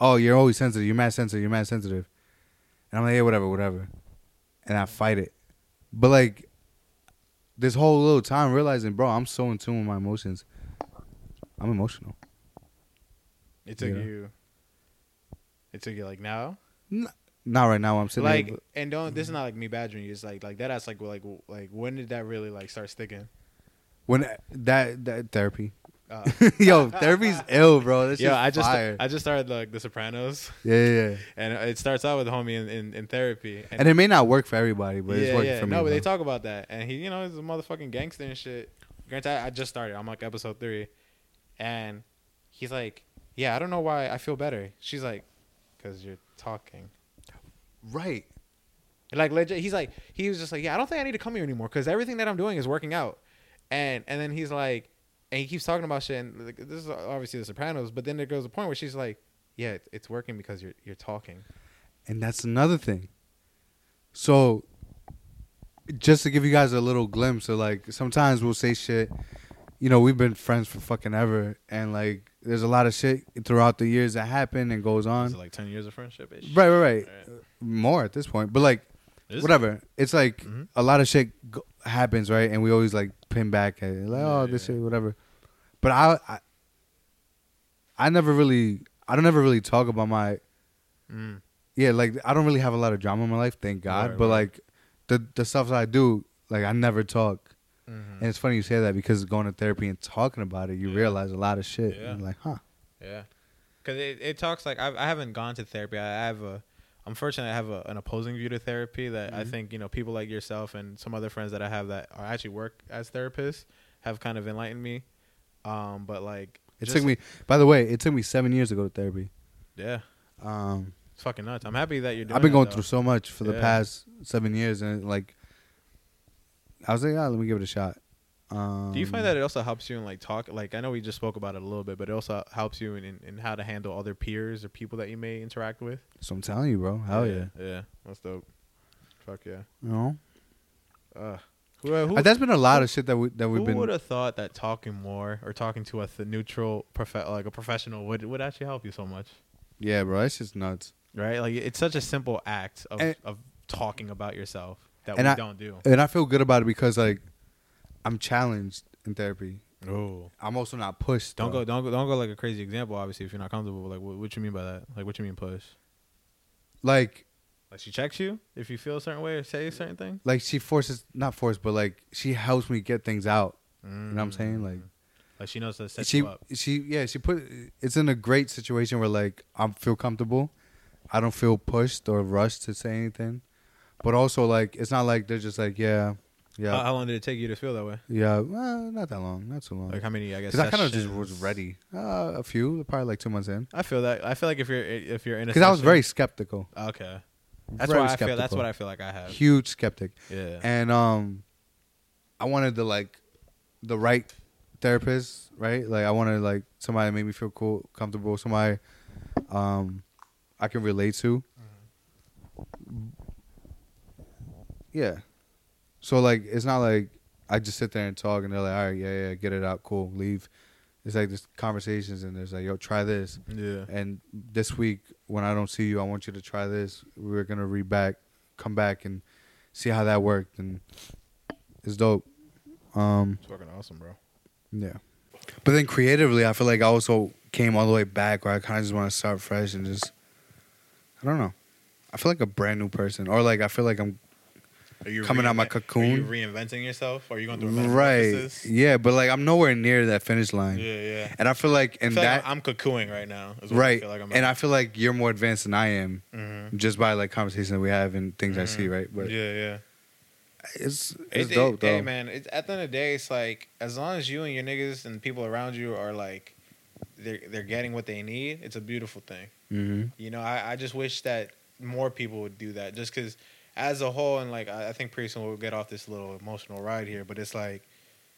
S2: "Oh, you're always sensitive. You're mad sensitive. You're mad sensitive," and I'm like, "Yeah, whatever, whatever," and I fight it. But like this whole little time realizing, bro, I'm so in tune with my emotions. I'm emotional.
S1: It took
S2: Yeah.
S1: you. It took you like now,
S2: Not right now. I'm sitting here,
S1: like,
S2: but-
S1: and don't. This is
S2: Mm-hmm.
S1: not like me badgering you. It's like, like that. That's like, like, like, when did that really like start sticking?
S2: when that that therapy.
S1: Uh,
S2: Yo, therapy's ill, bro. That's
S1: yeah, I just,
S2: fire.
S1: I just started like The Sopranos,
S2: Yeah, yeah, yeah.
S1: and it starts out with a homie in, in, in therapy, and
S2: And it may not work for everybody, but it's working for me.
S1: No, but they
S2: bro.
S1: talk about that, and he, you know, he's a motherfucking gangster and shit. Granted, I, I just started. I'm like episode three, and he's like, "Yeah, I don't know why I feel better." She's like, "Cause you're talking."
S2: right.
S1: Like legit, he's like, he was just like, "Yeah, I don't think I need to come here anymore because everything that I'm doing is working out," and and then he's like, and he keeps talking about shit, and like, this is obviously The Sopranos, but then there goes a point where she's like, "Yeah, it- it's working because you're you're talking."
S2: And that's another thing. So, just to give you guys a little glimpse of like, sometimes we'll say shit. You know, we've been friends for fucking ever, and like, there's a lot of shit throughout the years that happened and goes on.
S1: Is it like ten years of friendship?
S2: Right, right, right.
S1: All
S2: More at this point, but like,
S1: Is it?
S2: whatever. It's like
S1: Mhm.
S2: a lot of shit go- happens, right? And we always like pin back at it, like, oh,
S1: Yeah,
S2: this
S1: yeah.
S2: shit, whatever. But I, I, I never really. I I don't ever really talk about my
S1: Mm.
S2: yeah, like I don't really have a lot of drama in my life, thank God.
S1: Right,
S2: but
S1: right.
S2: like the the stuff that I do, like I never talk.
S1: Mm-hmm.
S2: And it's funny you say that because going to therapy and talking about it, you
S1: Mm. Yeah.
S2: realize a lot of shit.
S1: Yeah.
S2: And you're like, huh?
S1: Yeah, because it, it talks like I've, I haven't gone to therapy. I, I have a, I'm fortunate I have a, an opposing view to therapy that
S2: Mm-hmm.
S1: I think you know people like yourself and some other friends that I have that are actually work as therapists have kind of enlightened me. Um, but like
S2: It
S1: just-
S2: took me. By the way, it took me seven years to go to therapy.
S1: yeah,
S2: Um,
S1: it's fucking nuts. I'm happy that you're. doing
S2: I've been
S1: that,
S2: going
S1: though.
S2: through so much for the
S1: Yeah.
S2: past seven years, and like, I was like, ah, let me give it a shot. Um,
S1: Do you find that it also helps you in like talk? Like I know we just spoke about it a little bit, but it also helps you in, in, in how to handle other peers or people that you may interact with.
S2: So I'm telling you, bro. Hell yeah.
S1: yeah, that's dope. Fuck yeah.
S2: You know,
S1: Uh, who, who,
S2: Uh, that's been a lot of shit that we that we've
S1: Who
S2: been.
S1: would have thought that talking more or talking to a th- neutral, prof- like a professional, would would actually help you so much?
S2: Yeah, bro. That's just nuts.
S1: Right? Like it's such a simple act of,
S2: And-
S1: of talking about yourself that
S2: and
S1: we
S2: I-
S1: don't do.
S2: And I feel good about it because like, I'm challenged in therapy.
S1: Oh,
S2: I'm also not pushed.
S1: don't
S2: though.
S1: go, don't go, don't go like a crazy example. Obviously, if you're not comfortable, like what, what you mean by that? Like what you mean push?
S2: like
S1: Like she checks you if you feel a certain way or say a certain thing.
S2: like she forces not force but like she helps me get things out. You know
S1: Mm.
S2: what I'm saying? Like
S1: Like she knows to set
S2: Mm. she
S1: you up.
S2: she yeah she put it's in a great situation where like I feel comfortable, I don't feel pushed or rushed to say anything, but also like it's not like they're just like yeah yeah
S1: How, how long did it take you to feel that way?
S2: yeah well, not that long not too long
S1: Like
S2: because
S1: how many? I guess
S2: I kind of just was
S1: sessions?
S2: ready uh, a few probably like two months in
S1: I feel that. I feel like if you're if you're in a
S2: because I was
S1: session-
S2: very skeptical
S1: okay. That's
S2: very
S1: why I feel. That's
S2: skeptical.
S1: what I feel like I have.
S2: huge skeptic
S1: Yeah.
S2: and um i wanted the like the right therapist right like i wanted like somebody that made me feel cool comfortable somebody um i can relate to yeah so like it's not like i just sit there and talk and they're like all right yeah yeah get it out cool leave it's like there's conversations and there's like yo try this
S1: yeah.
S2: and this week when I don't see you, I want you to try this. We're gonna re back, come back and see how that worked, and it's dope. Um,
S1: It's fucking awesome, bro.
S2: yeah. But then creatively, I feel like I also came all the way back where I kind of just want to start fresh and just, I don't know. I feel like a brand new person, or like I feel like I'm
S1: Are you
S2: Coming out my
S1: reinvent-
S2: cocoon?
S1: Are you reinventing yourself? Or are you going through a mental
S2: right.
S1: Process?
S2: Yeah, but like I'm nowhere near that finish
S1: Yeah,
S2: line,
S1: yeah.
S2: and I feel like
S1: I
S2: and
S1: feel
S2: that
S1: like I'm cocooing right now. Is what I
S2: right,
S1: feel like I'm
S2: and I feel like you're more advanced than I am.
S1: Mhm.
S2: just by like conversations that we have and things I
S1: Mm-hmm.
S2: see, right? But
S1: yeah, yeah.
S2: it's
S1: It-
S2: it's dope
S1: it-
S2: though.
S1: Hey, man. It's, at the end of the day, it's like as long as you and your niggas and people around you are like, they're they're getting what they need. It's a beautiful thing.
S2: hmm
S1: You know, I, I just wish that more people would do that just because, as a whole, and like I, I think pretty soon we'll get off this little emotional ride here, but it's like,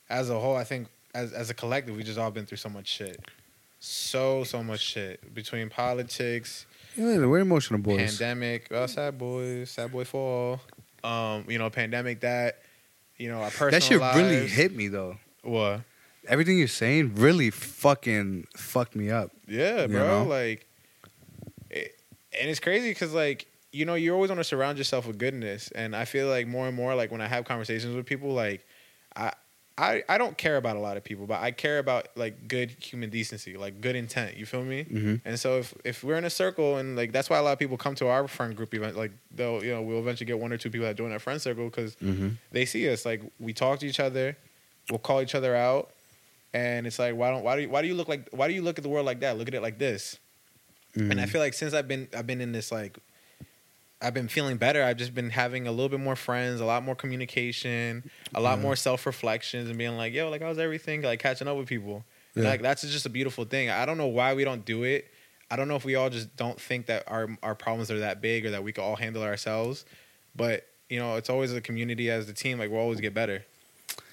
S1: as a whole, I think as, as a collective, we just all been through so much shit. So, so much shit between politics,
S2: Yeah, we're emotional boys.
S1: pandemic, well, sad boy, sad boy fall, um, you know, pandemic that, you know, our personal
S2: That shit really
S1: lives.
S2: hit me though.
S1: What?
S2: Everything you're saying really fucking fucked me up.
S1: Yeah,
S2: You
S1: bro.
S2: know?
S1: Like, it, and it's crazy because like you know you always want to surround yourself with goodness, and I feel like more and more like when I have conversations with people, like I I I don't care about a lot of people, but I care about like good human decency, like good intent. You feel me?
S2: Mhm.
S1: And so if if we're in a circle and like that's why a lot of people come to our friend group event, like they'll you know we'll eventually get one or two people that join our friend circle because
S2: Mhm.
S1: they see us like we talk to each other, we'll call each other out and it's like why don't why do you, why do you look like why do you look at the world like that? Look at it like this.
S2: Mm-hmm.
S1: And I feel like since I've been I've been in this like I've been feeling better. I've just been having a little bit more friends, a lot more communication, a lot more self reflections, and being like, yo, like how's everything? Like catching up with people. And,
S2: Yeah.
S1: Like that's just a beautiful thing. I don't know why we don't do it. I don't know if we all just don't think that our our problems are that big or that we can all handle ourselves. But you know, it's always a community as the team. Like we'll always get better.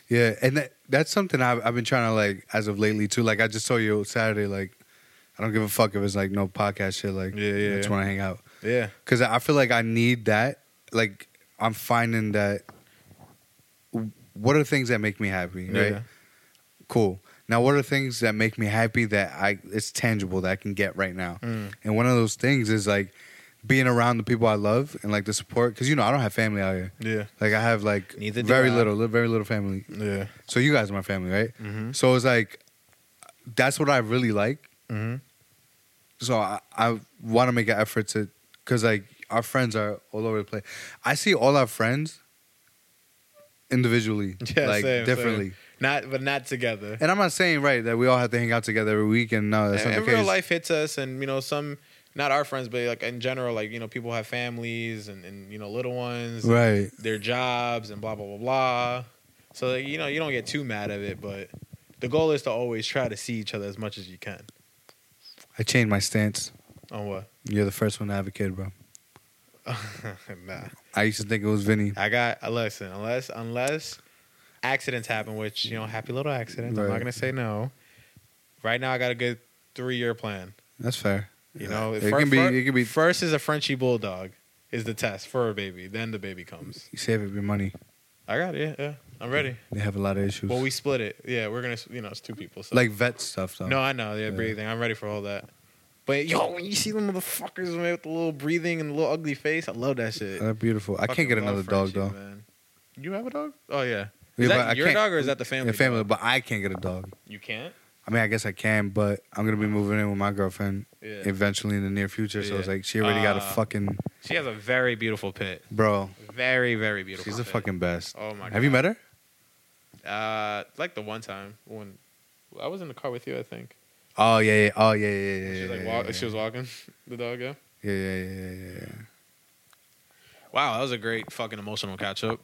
S2: Yeah, and that, that's something I've, I've been trying to like as of lately too. Like I just told you Saturday, like I don't give a fuck if it's like no podcast shit. Like
S1: Yeah, yeah,
S2: I just
S1: yeah.
S2: want to hang out
S1: Yeah.
S2: because I feel like I need that. Like I'm finding that. What are things that make me happy, right?
S1: Yeah.
S2: cool. Now, what are things that make me happy that I it's tangible that I can get right now?
S1: Mm.
S2: And one of those things is like being around the people I love and like the support because you know I don't have family out here.
S1: Yeah.
S2: Like I have like
S1: Neither do I.
S2: very
S1: Mm-hmm.
S2: little, li- very little family.
S1: Yeah.
S2: So you guys are my family, right?
S1: Mhm.
S2: So it's like that's what I really like.
S1: Mm-hmm.
S2: so I, I want to make an effort to because like our friends are all over the place. I see all our friends individually,
S1: Yeah,
S2: like
S1: same, same.
S2: differently.
S1: Not, but not together.
S2: And I'm not saying right that we all have to hang out together every week, and no, that's
S1: and,
S2: not
S1: and
S2: the
S1: real
S2: case.
S1: life hits us and you know some not our friends but like in general like you know people have families and, and you know little ones and
S2: right?
S1: their jobs and blah blah blah blah so like, you know you don't get too mad at it but the goal is to always try to see each other as much as you can
S2: I changed my stance.
S1: on what
S2: You're the first one to have a kid, bro.
S1: nah
S2: I used to think it was Vinny.
S1: i got uh, listen unless unless accidents happen which you know happy little accidents i'm not
S2: Right.
S1: gonna say no right now i got a good three-year plan
S2: That's fair.
S1: You know,
S2: it
S1: fir-
S2: can be.
S1: fir-
S2: It can be.
S1: First is a Frenchie bulldog, is the test for a baby. Then the baby comes.
S2: You save it, your money.
S1: I got it. Yeah, yeah. I'm ready.
S2: They have a lot of issues.
S1: Well, we split it. Yeah, we're gonna. You know, it's two people. So.
S2: like vet stuff though.
S1: no, I know. Yeah,
S2: Yeah.
S1: breathing. I'm ready for all that. But yo, when you see them motherfuckers man, with the little breathing and the little ugly face, I love that shit.
S2: they're beautiful. Uh, I
S1: Fucking
S2: can't get
S1: love
S2: another dog
S1: Frenchie,
S2: though.
S1: Man. You have a dog? Oh yeah.
S2: Yeah,
S1: Is
S2: but I
S1: that your
S2: can't-
S1: dog or is that the family?
S2: Yeah, family,
S1: dog?
S2: but I can't get a dog.
S1: You can't.
S2: I mean, I guess I can, but I'm gonna be moving in with my girlfriend
S1: Yeah.
S2: eventually in the near future. So it's
S1: Yeah.
S2: like she already got a
S1: Ah.
S2: fucking
S1: she has a very beautiful pit.
S2: bro.
S1: Very very beautiful.
S2: She's the
S1: pit.
S2: fucking best.
S1: Oh my.
S2: Have you
S1: God.
S2: met her?
S1: Uh, like the one time when I was in the car with you, I think.
S2: Oh yeah, yeah. Oh yeah, yeah, yeah.
S1: she was
S2: yeah,
S1: like,
S2: yeah,
S1: walk-
S2: yeah.
S1: she was walking the dog. Yeah.
S2: Yeah, yeah, yeah, yeah, yeah, yeah.
S1: Wow, that was a great fucking emotional catch up.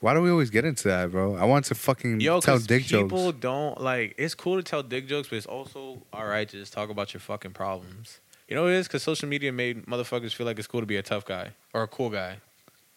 S2: Why do we always get into that, bro? I want to fucking
S1: Yo,
S2: Mm, tell
S1: 'cause
S2: dick
S1: people
S2: jokes.
S1: don't like. It's cool to tell dick jokes, but it's also all right to just talk about your fucking problems. You know what it is? Because social media made motherfuckers feel like it's cool to be a tough guy or a cool guy.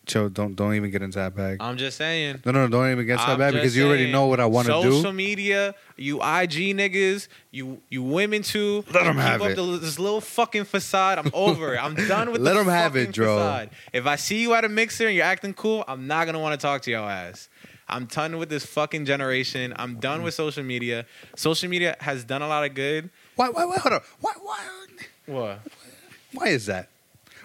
S2: Joe, don't don't even get into that bag.
S1: I'm just saying.
S2: No, no, no, don't even get into
S1: I'm
S2: that bag
S1: just
S2: because you already
S1: saying,
S2: know what I want to do.
S1: Social media, you IG niggas, you you women too.
S2: Let 'em
S1: You
S2: have
S1: keep
S2: it.
S1: Up the, this little fucking facade. I'm over it. I'm done with.
S2: Let
S1: the
S2: 'em have
S1: fucking
S2: it, Dro.
S1: Facade. If I see you at a mixer and you're acting cool, I'm not gonna want to talk to your ass. I'm done with this fucking generation. I'm done with social media. Social media has done a lot of good.
S2: Why, why, why, hold on. Why, why,
S1: What?
S2: why is that?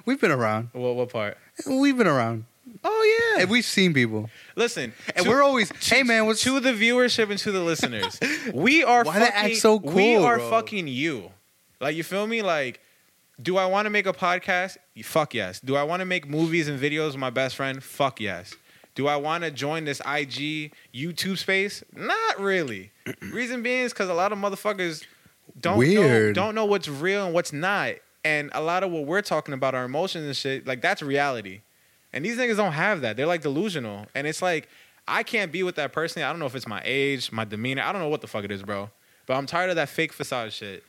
S2: We've been around.
S1: What? What part?
S2: We've been around.
S1: Oh yeah.
S2: And we've seen people.
S1: Listen,
S2: And
S1: to-
S2: we're always, hey man, what's
S1: to the viewership and to the listeners. We are
S2: Why they
S1: fucking,
S2: act so
S1: We
S2: cool,
S1: are
S2: bro?
S1: fucking you. Like you feel me? Like, do I want to make a podcast? Fuck yes. Do I want to make movies and videos with my best friend? Fuck yes. Do I want to join this IG YouTube space? Not really. Reason being is because a lot of motherfuckers don't know,
S2: Weird.
S1: don't know what's real and what's not. And a lot of what we're talking about, our emotions and shit, like that's reality. And these niggas don't have that. They're like delusional. And it's like, I can't be with that person. I don't know if it's my age, my demeanor. I don't know what the fuck it is, bro. But I'm tired of that fake facade shit.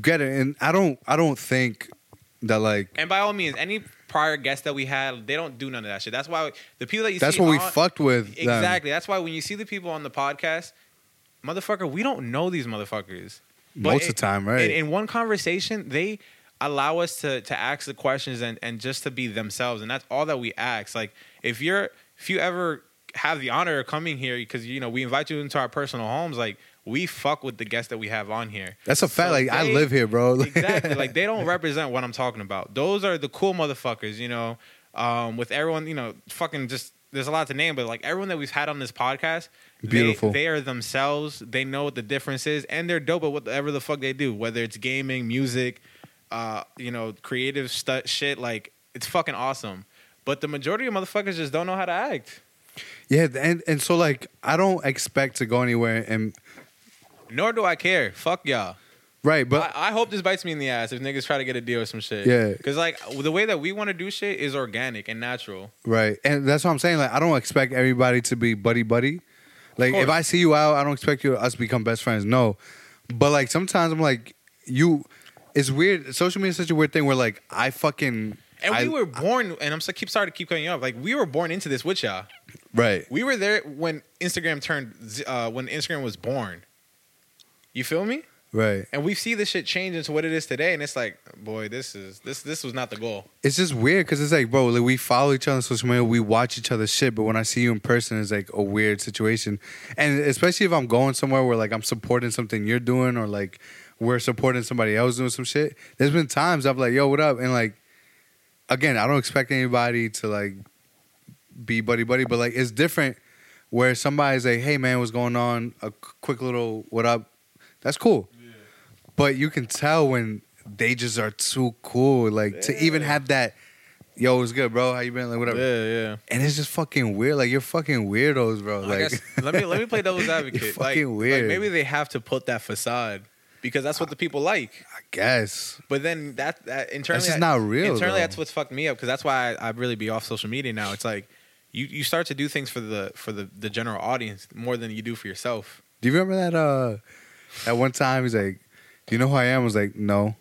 S2: get it? And I don't, I don't think that like
S1: And by all means, any prior guest that we had, they don't do none of that shit. That's why the people that you
S2: that's
S1: see
S2: what we
S1: on-
S2: fucked with. them.
S1: Exactly. That's why when you see the people on the podcast, motherfucker, we don't know these motherfuckers. But
S2: most
S1: it-
S2: of the time, right?
S1: In, in one conversation, they allow us to to ask the questions and and just to be themselves, and that's all that we ask. Like if you're if you ever have the honor of coming here, because you know we invite you into our personal homes, like we fuck with the guests that we have on here.
S2: that's a fact.
S1: So
S2: like I
S1: they-
S2: live here, bro.
S1: exactly. Like they don't represent what I'm talking about. Those are the cool motherfuckers, you know. Um, with everyone, you know, fucking just there's a lot to name, but like everyone that we've had on this podcast, they-
S2: Beautiful.
S1: They, are themselves. They know what the difference is, and they're dope at whatever the fuck they do, whether it's gaming, music, uh, you know, creative stu- shit. Like it's fucking awesome. But the majority of motherfuckers just don't know how to act,
S2: yeah, and and so like I don't expect to go anywhere and
S1: nor do I care. Fuck y'all.
S2: right, but
S1: I, I hope this bites me in the ass if niggas try to get a deal or some shit.
S2: Yeah.
S1: Because, like, the way that we want to do shit is organic and natural.
S2: right, and that's what I'm saying. Like I don't expect everybody to be buddy buddy. Like
S1: course.
S2: if I see you out, I don't expect you us become best friends. No, but like sometimes I'm like you. It's weird. Social media is such a weird thing where like I fucking
S1: And
S2: I-
S1: we were born, and I'm so keep sorry to keep cutting you off. Like, we were born into this with y'all.
S2: right.
S1: We were there when Instagram turned, z- uh, when Instagram was born. You feel me?
S2: Right.
S1: And we see this shit change into what it is today, and it's like, boy, this is this this was not the goal.
S2: It's just weird because it's like, bro, like we follow each other on social media, we watch each other's shit, but when I see you in person, it's like a weird situation. And especially if I'm going somewhere where like I'm supporting something you're doing or like we're supporting somebody else doing some shit. There's been times I've like, yo, what up? And like, again, I don't expect anybody to like be buddy buddy, but like it's different where somebody's like, hey man, what's going on? A qu- quick little what up? That's cool. But you can tell when they just are too cool, like to even
S1: Yeah.
S2: have that. Yo, what's good, bro? How you been? Like
S1: Yeah,
S2: whatever.
S1: yeah.
S2: And it's just fucking weird. Like you're fucking weirdos, bro.
S1: I
S2: Like
S1: guess, let me let me play devil's
S2: You're
S1: advocate. like,
S2: fucking weird.
S1: like maybe they have to put that facade because that's what the people like.
S2: I guess.
S1: But then that, that internally,
S2: just not real,
S1: Internally,
S2: though.
S1: that's what's fucked me up because that's why I, I really be off social media now. It's like you, you start to do things for the for the, the general audience more than you do for yourself.
S2: Do you remember that? Uh, at one time he's like, "Do you know who I am?" I was like, "No,"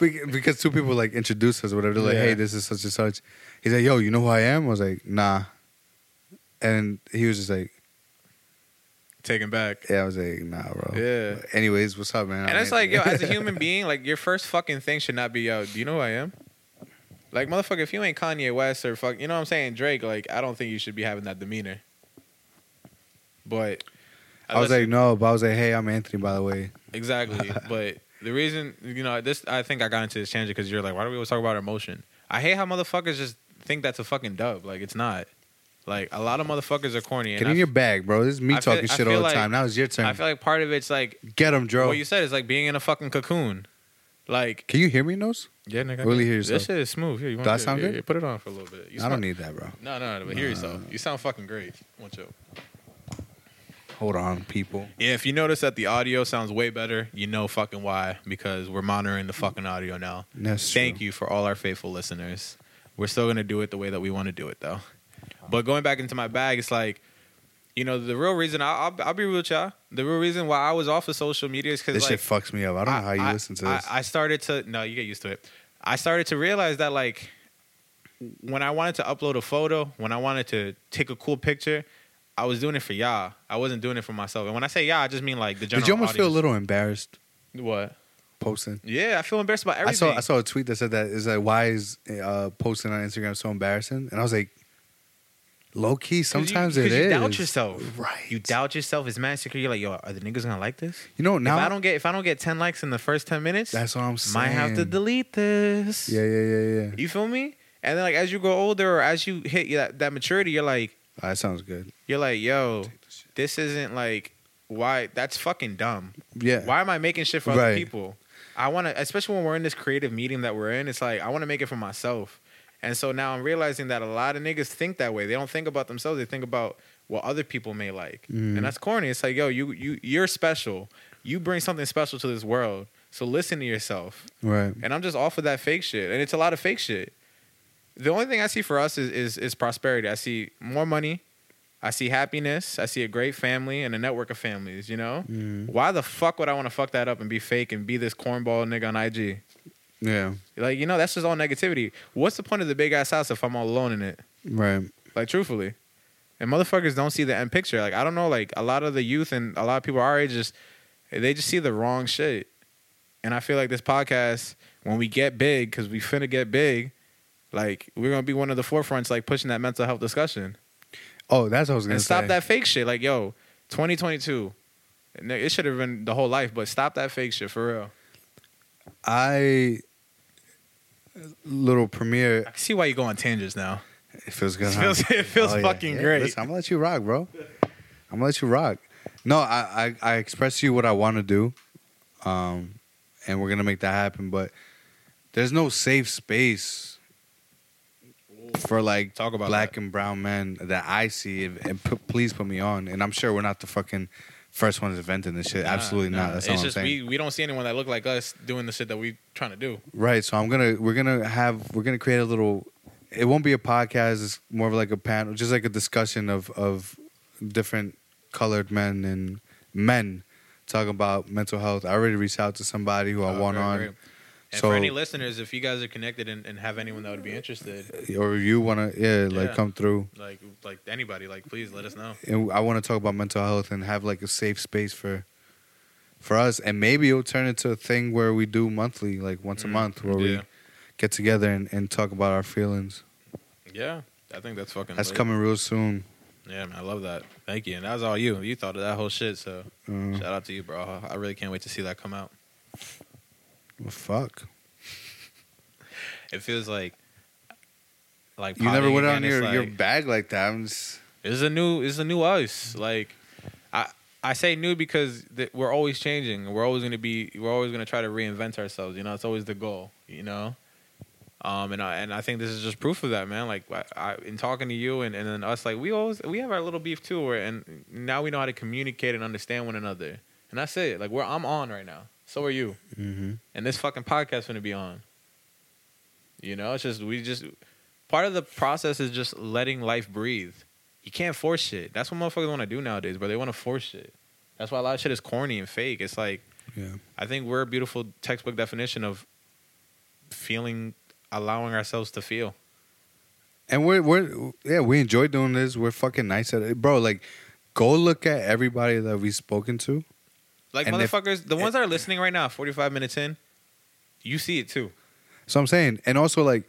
S2: Be- because two people like introduced us or whatever. They're like,
S1: Yeah.
S2: "Hey, this is such and such." He's like, "Yo, you know who I am?" I was like, "Nah," and he was just like,
S1: Taken back.
S2: "Yeah," I was like, "Nah, bro."
S1: Yeah.
S2: But anyways, what's up, man?
S1: And it's like, yo, as a human being, like your first fucking thing should not be, yo, do you know who I am? Like, motherfucker, if you ain't Kanye West or fuck, you know what I'm saying, Drake, like, I don't think you should be having that demeanor. But
S2: I was like, "No," but I was like, "Hey, I'm Anthony, by the way."
S1: exactly. but the reason, you know, this, I think I got into this tangent because you're like, why do we always talk about emotion? I hate how motherfuckers just think that's a fucking dub. Like, it's not. Like, a lot of motherfuckers are corny.
S2: Get
S1: I
S2: in your bag, bro. This is me
S1: I feel-
S2: talking
S1: I
S2: shit
S1: feel
S2: all the
S1: like-
S2: time. Now it's your
S1: f-
S2: turn.
S1: I feel like part of it's like
S2: Get him, Joe.
S1: what you said is like being in a fucking cocoon. Like,
S2: Can you hear me, Nose?
S1: Yeah, nigga. I
S2: Really
S1: can-
S2: hear yourself.
S1: This shit is smooth. Here, you want
S2: Does that sound good?
S1: put it on for a little bit. You
S2: I
S1: sound-
S2: don't need that, bro.
S1: No, no, no, but hear yourself. You sound fucking great. One chill.
S2: Hold on, people.
S1: Yeah, if you notice that the audio sounds way better, you know fucking why because we're monitoring the fucking audio now.
S2: That's
S1: Thank you for all our faithful listeners. We're still gonna do it the way that we want to do it though. But going back into my bag, it's like, you know, the real reason I, I'll, I'll be real, with y'all. The real reason why I was off of social media is because
S2: This
S1: like,
S2: shit fucks me up. I don't know how you listen to this.
S1: I, I started to no, you get used to it. I started to realize that like when I wanted to upload a photo, when I wanted to take a cool picture, I was doing it for y'all. I wasn't doing it for myself. And when I say y'all, I just mean like the general.
S2: Did you almost feel a little embarrassed
S1: little what?
S2: posting?
S1: Yeah, I feel embarrassed about
S2: I
S1: everything.
S2: saw I saw a tweet that said that is like why is uh, posting on Instagram so embarrassing? And I was like, low key.
S1: 'Cause you-
S2: Sometimes
S1: 'cause
S2: it is.
S1: You doubt yourself,
S2: right?
S1: You doubt yourself. It's mad secret. You're like, yo, are the niggas gonna like this?
S2: You know
S1: if I
S2: now.
S1: don't get if I don't get ten likes in the first ten minutes,
S2: That's what I'm saying.
S1: might have to delete this.
S2: Yeah, yeah, yeah, yeah.
S1: You feel me? And then like as you grow older or as you hit that, that maturity, you're like,
S2: Ah, that sounds good.
S1: You're like, yo,
S2: this shit.
S1: this isn't like why that's fucking dumb.
S2: Yeah.
S1: Why am I making shit for
S2: Right.
S1: other people? I want to, especially when we're in this creative medium that we're in. It's like I want to make it for myself, and so now I'm realizing that a lot of niggas think that way. They don't think about themselves. They think about what other people may like,
S2: Mm.
S1: and that's corny. It's like, yo, you you you're special. You bring something special to this world. So listen to yourself.
S2: Right.
S1: And I'm just off of that fake shit. And it's a lot of fake shit. The only thing I see for us is is, is prosperity. I see more money. I see happiness. I see a great family and a network of families, you know?
S2: Mm.
S1: Mm-hmm. Why the fuck would I want to fuck that up and be fake and be this cornball nigga on IG?
S2: Yeah.
S1: Like, you know, that's just all negativity. What's the point of the big ass house if I'm all alone in it?
S2: Right.
S1: Like, truthfully. And motherfuckers don't see the end picture. Like, I don't know, like, a lot of the youth and a lot of people our age just, they just see the wrong shit. And I feel like this podcast, when we get big, because we finna get big, like, we're gonna be one of the forefronts, like, pushing that mental health discussion.
S2: Oh, that's what I was gonna
S1: And stop
S2: say.
S1: that fake shit. Like, yo, 2022. And It should have been the whole life, but stop that fake shit for real.
S2: I little premiere.
S1: I can see why you go on tangents now.
S2: It feels good.
S1: It
S2: huh? Oh,
S1: feels- it feels fucking great.
S2: Listen, I'm gonna let you rock, bro. I'm gonna let you rock. No, I I, I express to you what I want to do, um, and we're gonna make that happen. But there's no safe space for like
S1: Talk about
S2: black
S1: that.
S2: and brown men that I see. And, and p- please put me on. And I'm sure we're not the fucking first ones inventing this shit. Absolutely
S1: Nah,
S2: not.
S1: nah.
S2: That's all
S1: it's
S2: I'm
S1: just
S2: saying.
S1: we we don't see anyone that look like us doing the shit that we trying to do.
S2: Right. So I'm gonna we're gonna have we're gonna create a little. It won't be a podcast. It's more of like a panel, just like a discussion of of different colored men and men talking about mental health. I already reached out to somebody who I
S1: Oh,
S2: want
S1: great,
S2: on,
S1: great. And
S2: So-
S1: for any listeners, if you guys are connected and, and have anyone that would be interested,
S2: or if you want to, yeah, like
S1: Yeah.
S2: come through.
S1: like like anybody, like please let us know.
S2: And I want to talk about mental health and have like a safe space for for us, and maybe it'll turn into a thing where we do monthly, like once a
S1: Mm,
S2: month, where we
S1: yeah.
S2: get together and, and talk about our feelings.
S1: Yeah, I think that's fucking.
S2: That's
S1: lit.
S2: coming real soon.
S1: Yeah, man, I love that. Thank you, and that was all you. You thought of that whole shit, so
S2: Uh,
S1: shout out to you, bro. I really can't wait to see that come out.
S2: well, fuck.
S1: It feels like like
S2: You never
S1: potty
S2: went
S1: again,
S2: on
S1: it's
S2: your, your
S1: like-
S2: bag like that. I'm just
S1: It's a new it's a new us. Like I I say new because th- we're always changing. We're always going to be. We're always going to try to reinvent ourselves. You know, it's always the goal. You know, um, and I and I think this is just proof of that, man. Like I, I in talking to you and and then us, like we always we have our little beef too. Where and now we know how to communicate and understand one another. And that's it. Like where I'm on right now, so are you.
S2: Mm-hmm.
S1: And this fucking podcast going to be on. You know, it's just we just part of the process is just letting life breathe. You can't force shit. That's what motherfuckers want to do nowadays, bro. They want to force shit. That's why a lot of shit is corny and fake. It's like
S2: Yeah.
S1: I think we're a beautiful textbook definition of feeling, allowing ourselves to feel.
S2: And we're we're yeah, we enjoy doing this. We're fucking nice at it, bro. Like, go look at everybody that we've spoken to.
S1: Like
S2: And if-
S1: motherfuckers, the ones that are listening right now, forty-five minutes in, you see it too.
S2: So I'm saying, and also like,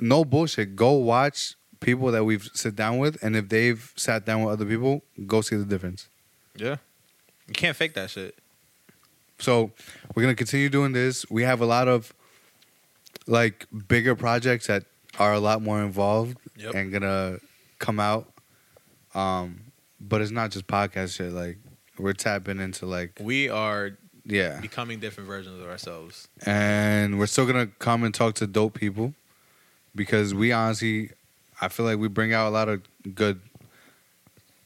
S2: no bullshit. Go watch people that we've sit down with, and if they've sat down with other people, go see the difference.
S1: Yeah, you can't fake that shit.
S2: So we're gonna continue doing this. We have a lot of like bigger projects that are a lot more involved
S1: Yep.
S2: and gonna come out. Um, but it's not just podcast shit. Like we're tapping into like
S1: We are
S2: yeah,
S1: becoming different versions of ourselves.
S2: and we're still gonna come and talk to dope people because we honestly, I feel like we bring out a lot of good.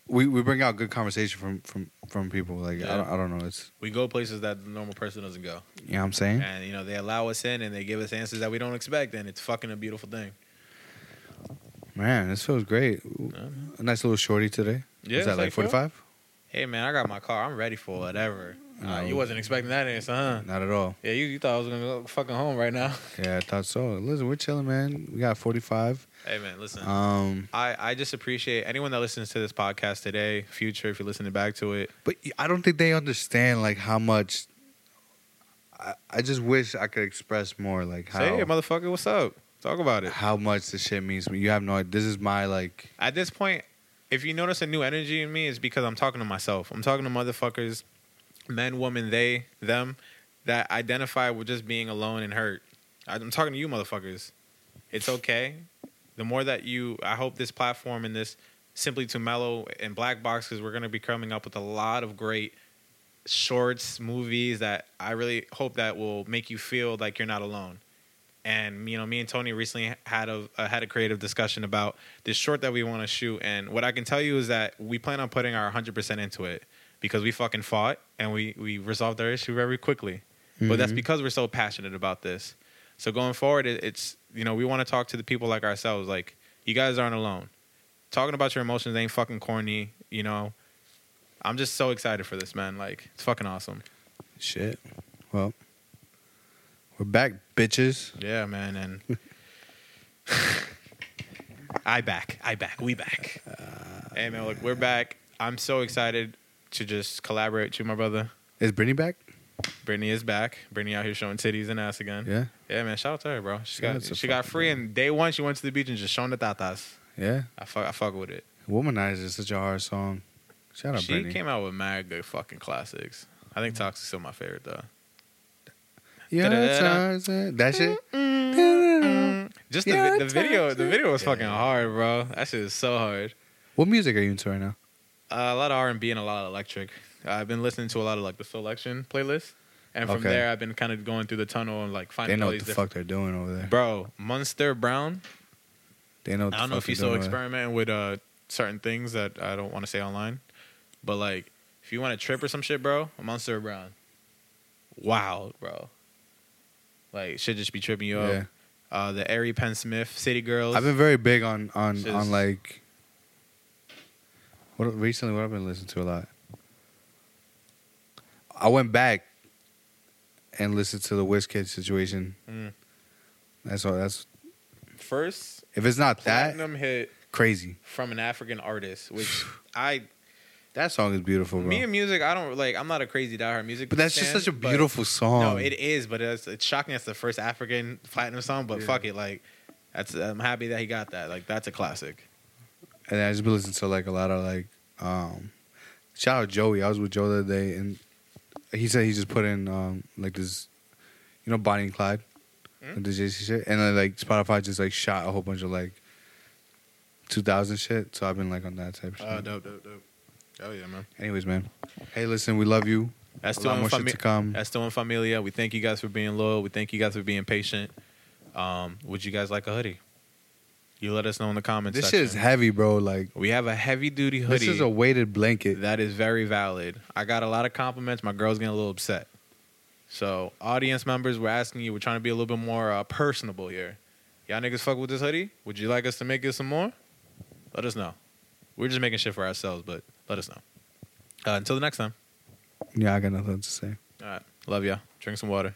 S2: We we bring out good conversation from from from people. Like
S1: Yeah.
S2: I, don't, I don't know. It's
S1: We go places that the normal person doesn't go.
S2: you know what I'm saying.
S1: and you know they allow us in and they give us answers that we don't expect and it's fucking a beautiful thing
S2: Man, this feels great. A nice little shorty today.
S1: Yeah,
S2: Is that
S1: it's
S2: like
S1: like four.
S2: 45?
S1: hey man i got my car i'm ready for whatever uh,
S2: No.
S1: you wasn't expecting that answer huh
S2: Not at all.
S1: yeah you, you thought i was gonna go fucking home right now
S2: Yeah, I thought so. Listen, we're chilling, man. We got 45.
S1: hey man listen
S2: Um,
S1: I, I just appreciate anyone that listens to this podcast today future if you're listening back to it
S2: but I don't think they understand like how much. I, I just wish I could express more like how
S1: say hey motherfucker what's up talk about it
S2: how much this shit means to me. You have no idea. This is my like.
S1: at this point, if you notice a new energy in me, it's because I'm talking to myself. I'm talking to motherfuckers, men, women, they, them, that identify with just being alone and hurt. I'm talking to you, motherfuckers. It's okay. The more that you, I hope this platform and this simply to mellow and black box because we're going to be coming up with a lot of great shorts, movies that I really hope that will make you feel like you're not alone. And you know, me and Tony recently had a uh, had a creative discussion about this short that we want to shoot. And what I can tell you is that we plan on putting our 100% into it because we fucking fought and we we resolved our issue very quickly. But that's because we're so passionate about this. So going forward, it, it's you know we want to talk to the people like ourselves. Like you guys aren't alone. Talking about your emotions ain't fucking corny. You know, I'm just so excited for this, man. Like it's fucking awesome.
S2: Shit. Well, we're back, bitches.
S1: Yeah, man. And I back. I back. We back.
S2: Uh,
S1: hey, man. Look, we're back. I'm so excited to just collaborate with you, my brother.
S2: Is Brittany back?
S1: Brittany is back. Brittany out here showing titties and ass again.
S2: Yeah.
S1: Yeah, man. Shout out to her, bro. She
S2: Yeah,
S1: got
S2: it's a
S1: she got
S2: fucking-
S1: free, and day one she went to the beach and just showing the tatas.
S2: Yeah.
S1: I fuck I fuck with it.
S2: Womanizer is such a hard song. Shout out,
S1: she
S2: Brittany.
S1: came out with mad good fucking classics. I think Toxic's still my favorite though.
S2: yeah,
S1: Da-da-da-da.
S2: it's hard. that shit.
S1: Just the,
S2: Yeah,
S1: vi- the video, the
S2: Toxic.
S1: video was fucking hard, bro. That shit is so hard.
S2: What music are you into right now?
S1: Uh, a lot of R and B and a lot of electric. I've been listening to a lot of like the selection playlist, and from
S2: Okay.
S1: there I've been kind of going through the tunnel and like
S2: They
S1: finding
S2: know
S1: all
S2: what
S1: these
S2: the
S1: different.
S2: fuck they're doing over there.
S1: Bro, Munster Brown.
S2: They know. What the
S1: I don't know
S2: fuck
S1: if you
S2: they're doing
S1: still
S2: over there.
S1: experimenting with uh certain things that I don't want to say online, but like if you want to trip or some shit, bro, Munster Brown. Wow, bro. Like should just be tripping you
S2: Yeah.
S1: up. Uh, the Ari Penn Smith, City Girls.
S2: I've been very big on on
S1: Shit is-
S2: on like. What recently? What I've been listening to a lot. I went back and listened to the Wizkid situation.
S1: Mm.
S2: That's all. That's
S1: first
S2: if it's not that
S1: platinum hit
S2: crazy.
S1: from an African artist, which I
S2: That song is beautiful, bro.
S1: Me and music, I don't like. I'm not a crazy diehard music,
S2: but that's just
S1: fan,
S2: such a
S1: but-
S2: beautiful song.
S1: no, it is, but it's, it's shocking. It's the first African platinum song, but
S2: Yeah.
S1: fuck it, like that's. I'm happy that he got that. Like that's a classic.
S2: and I just been listening to like a lot of like um shout out Joey. I was with Joe the other day and he said he just put in um like this you know Bonnie and Clyde
S1: Mm.
S2: the JC shit and then like Spotify just like shot a
S1: Uh,
S2: whole bunch of like 2000 shit so I've been like on that type of shit.
S1: dope, dope, dope.
S3: Oh yeah, man.
S2: Anyways, man. Hey, listen, we love you.
S1: That's
S2: A
S1: still
S2: lot
S1: in
S2: more shit
S1: fami-
S2: to come.
S1: That's still in familia. We thank you guys for being loyal. We thank you guys for being patient. Um, would you guys like a hoodie? You let us know in the comments.
S2: This shit
S1: section.
S2: is heavy, bro. Like
S1: we have a heavy duty hoodie.
S2: this is a weighted blanket.
S1: That is very valid. I got a lot of compliments. My girl's getting a little upset. So, audience members, we're asking you. We're trying to be a little bit more uh, personable here. Y'all niggas fuck with this hoodie? Would you like us to make it some more? Let us know. We're just making shit for ourselves, but let us know. Uh, until the next time.
S2: Yeah, I got nothing to say.
S1: All right. Love ya. Drink some water.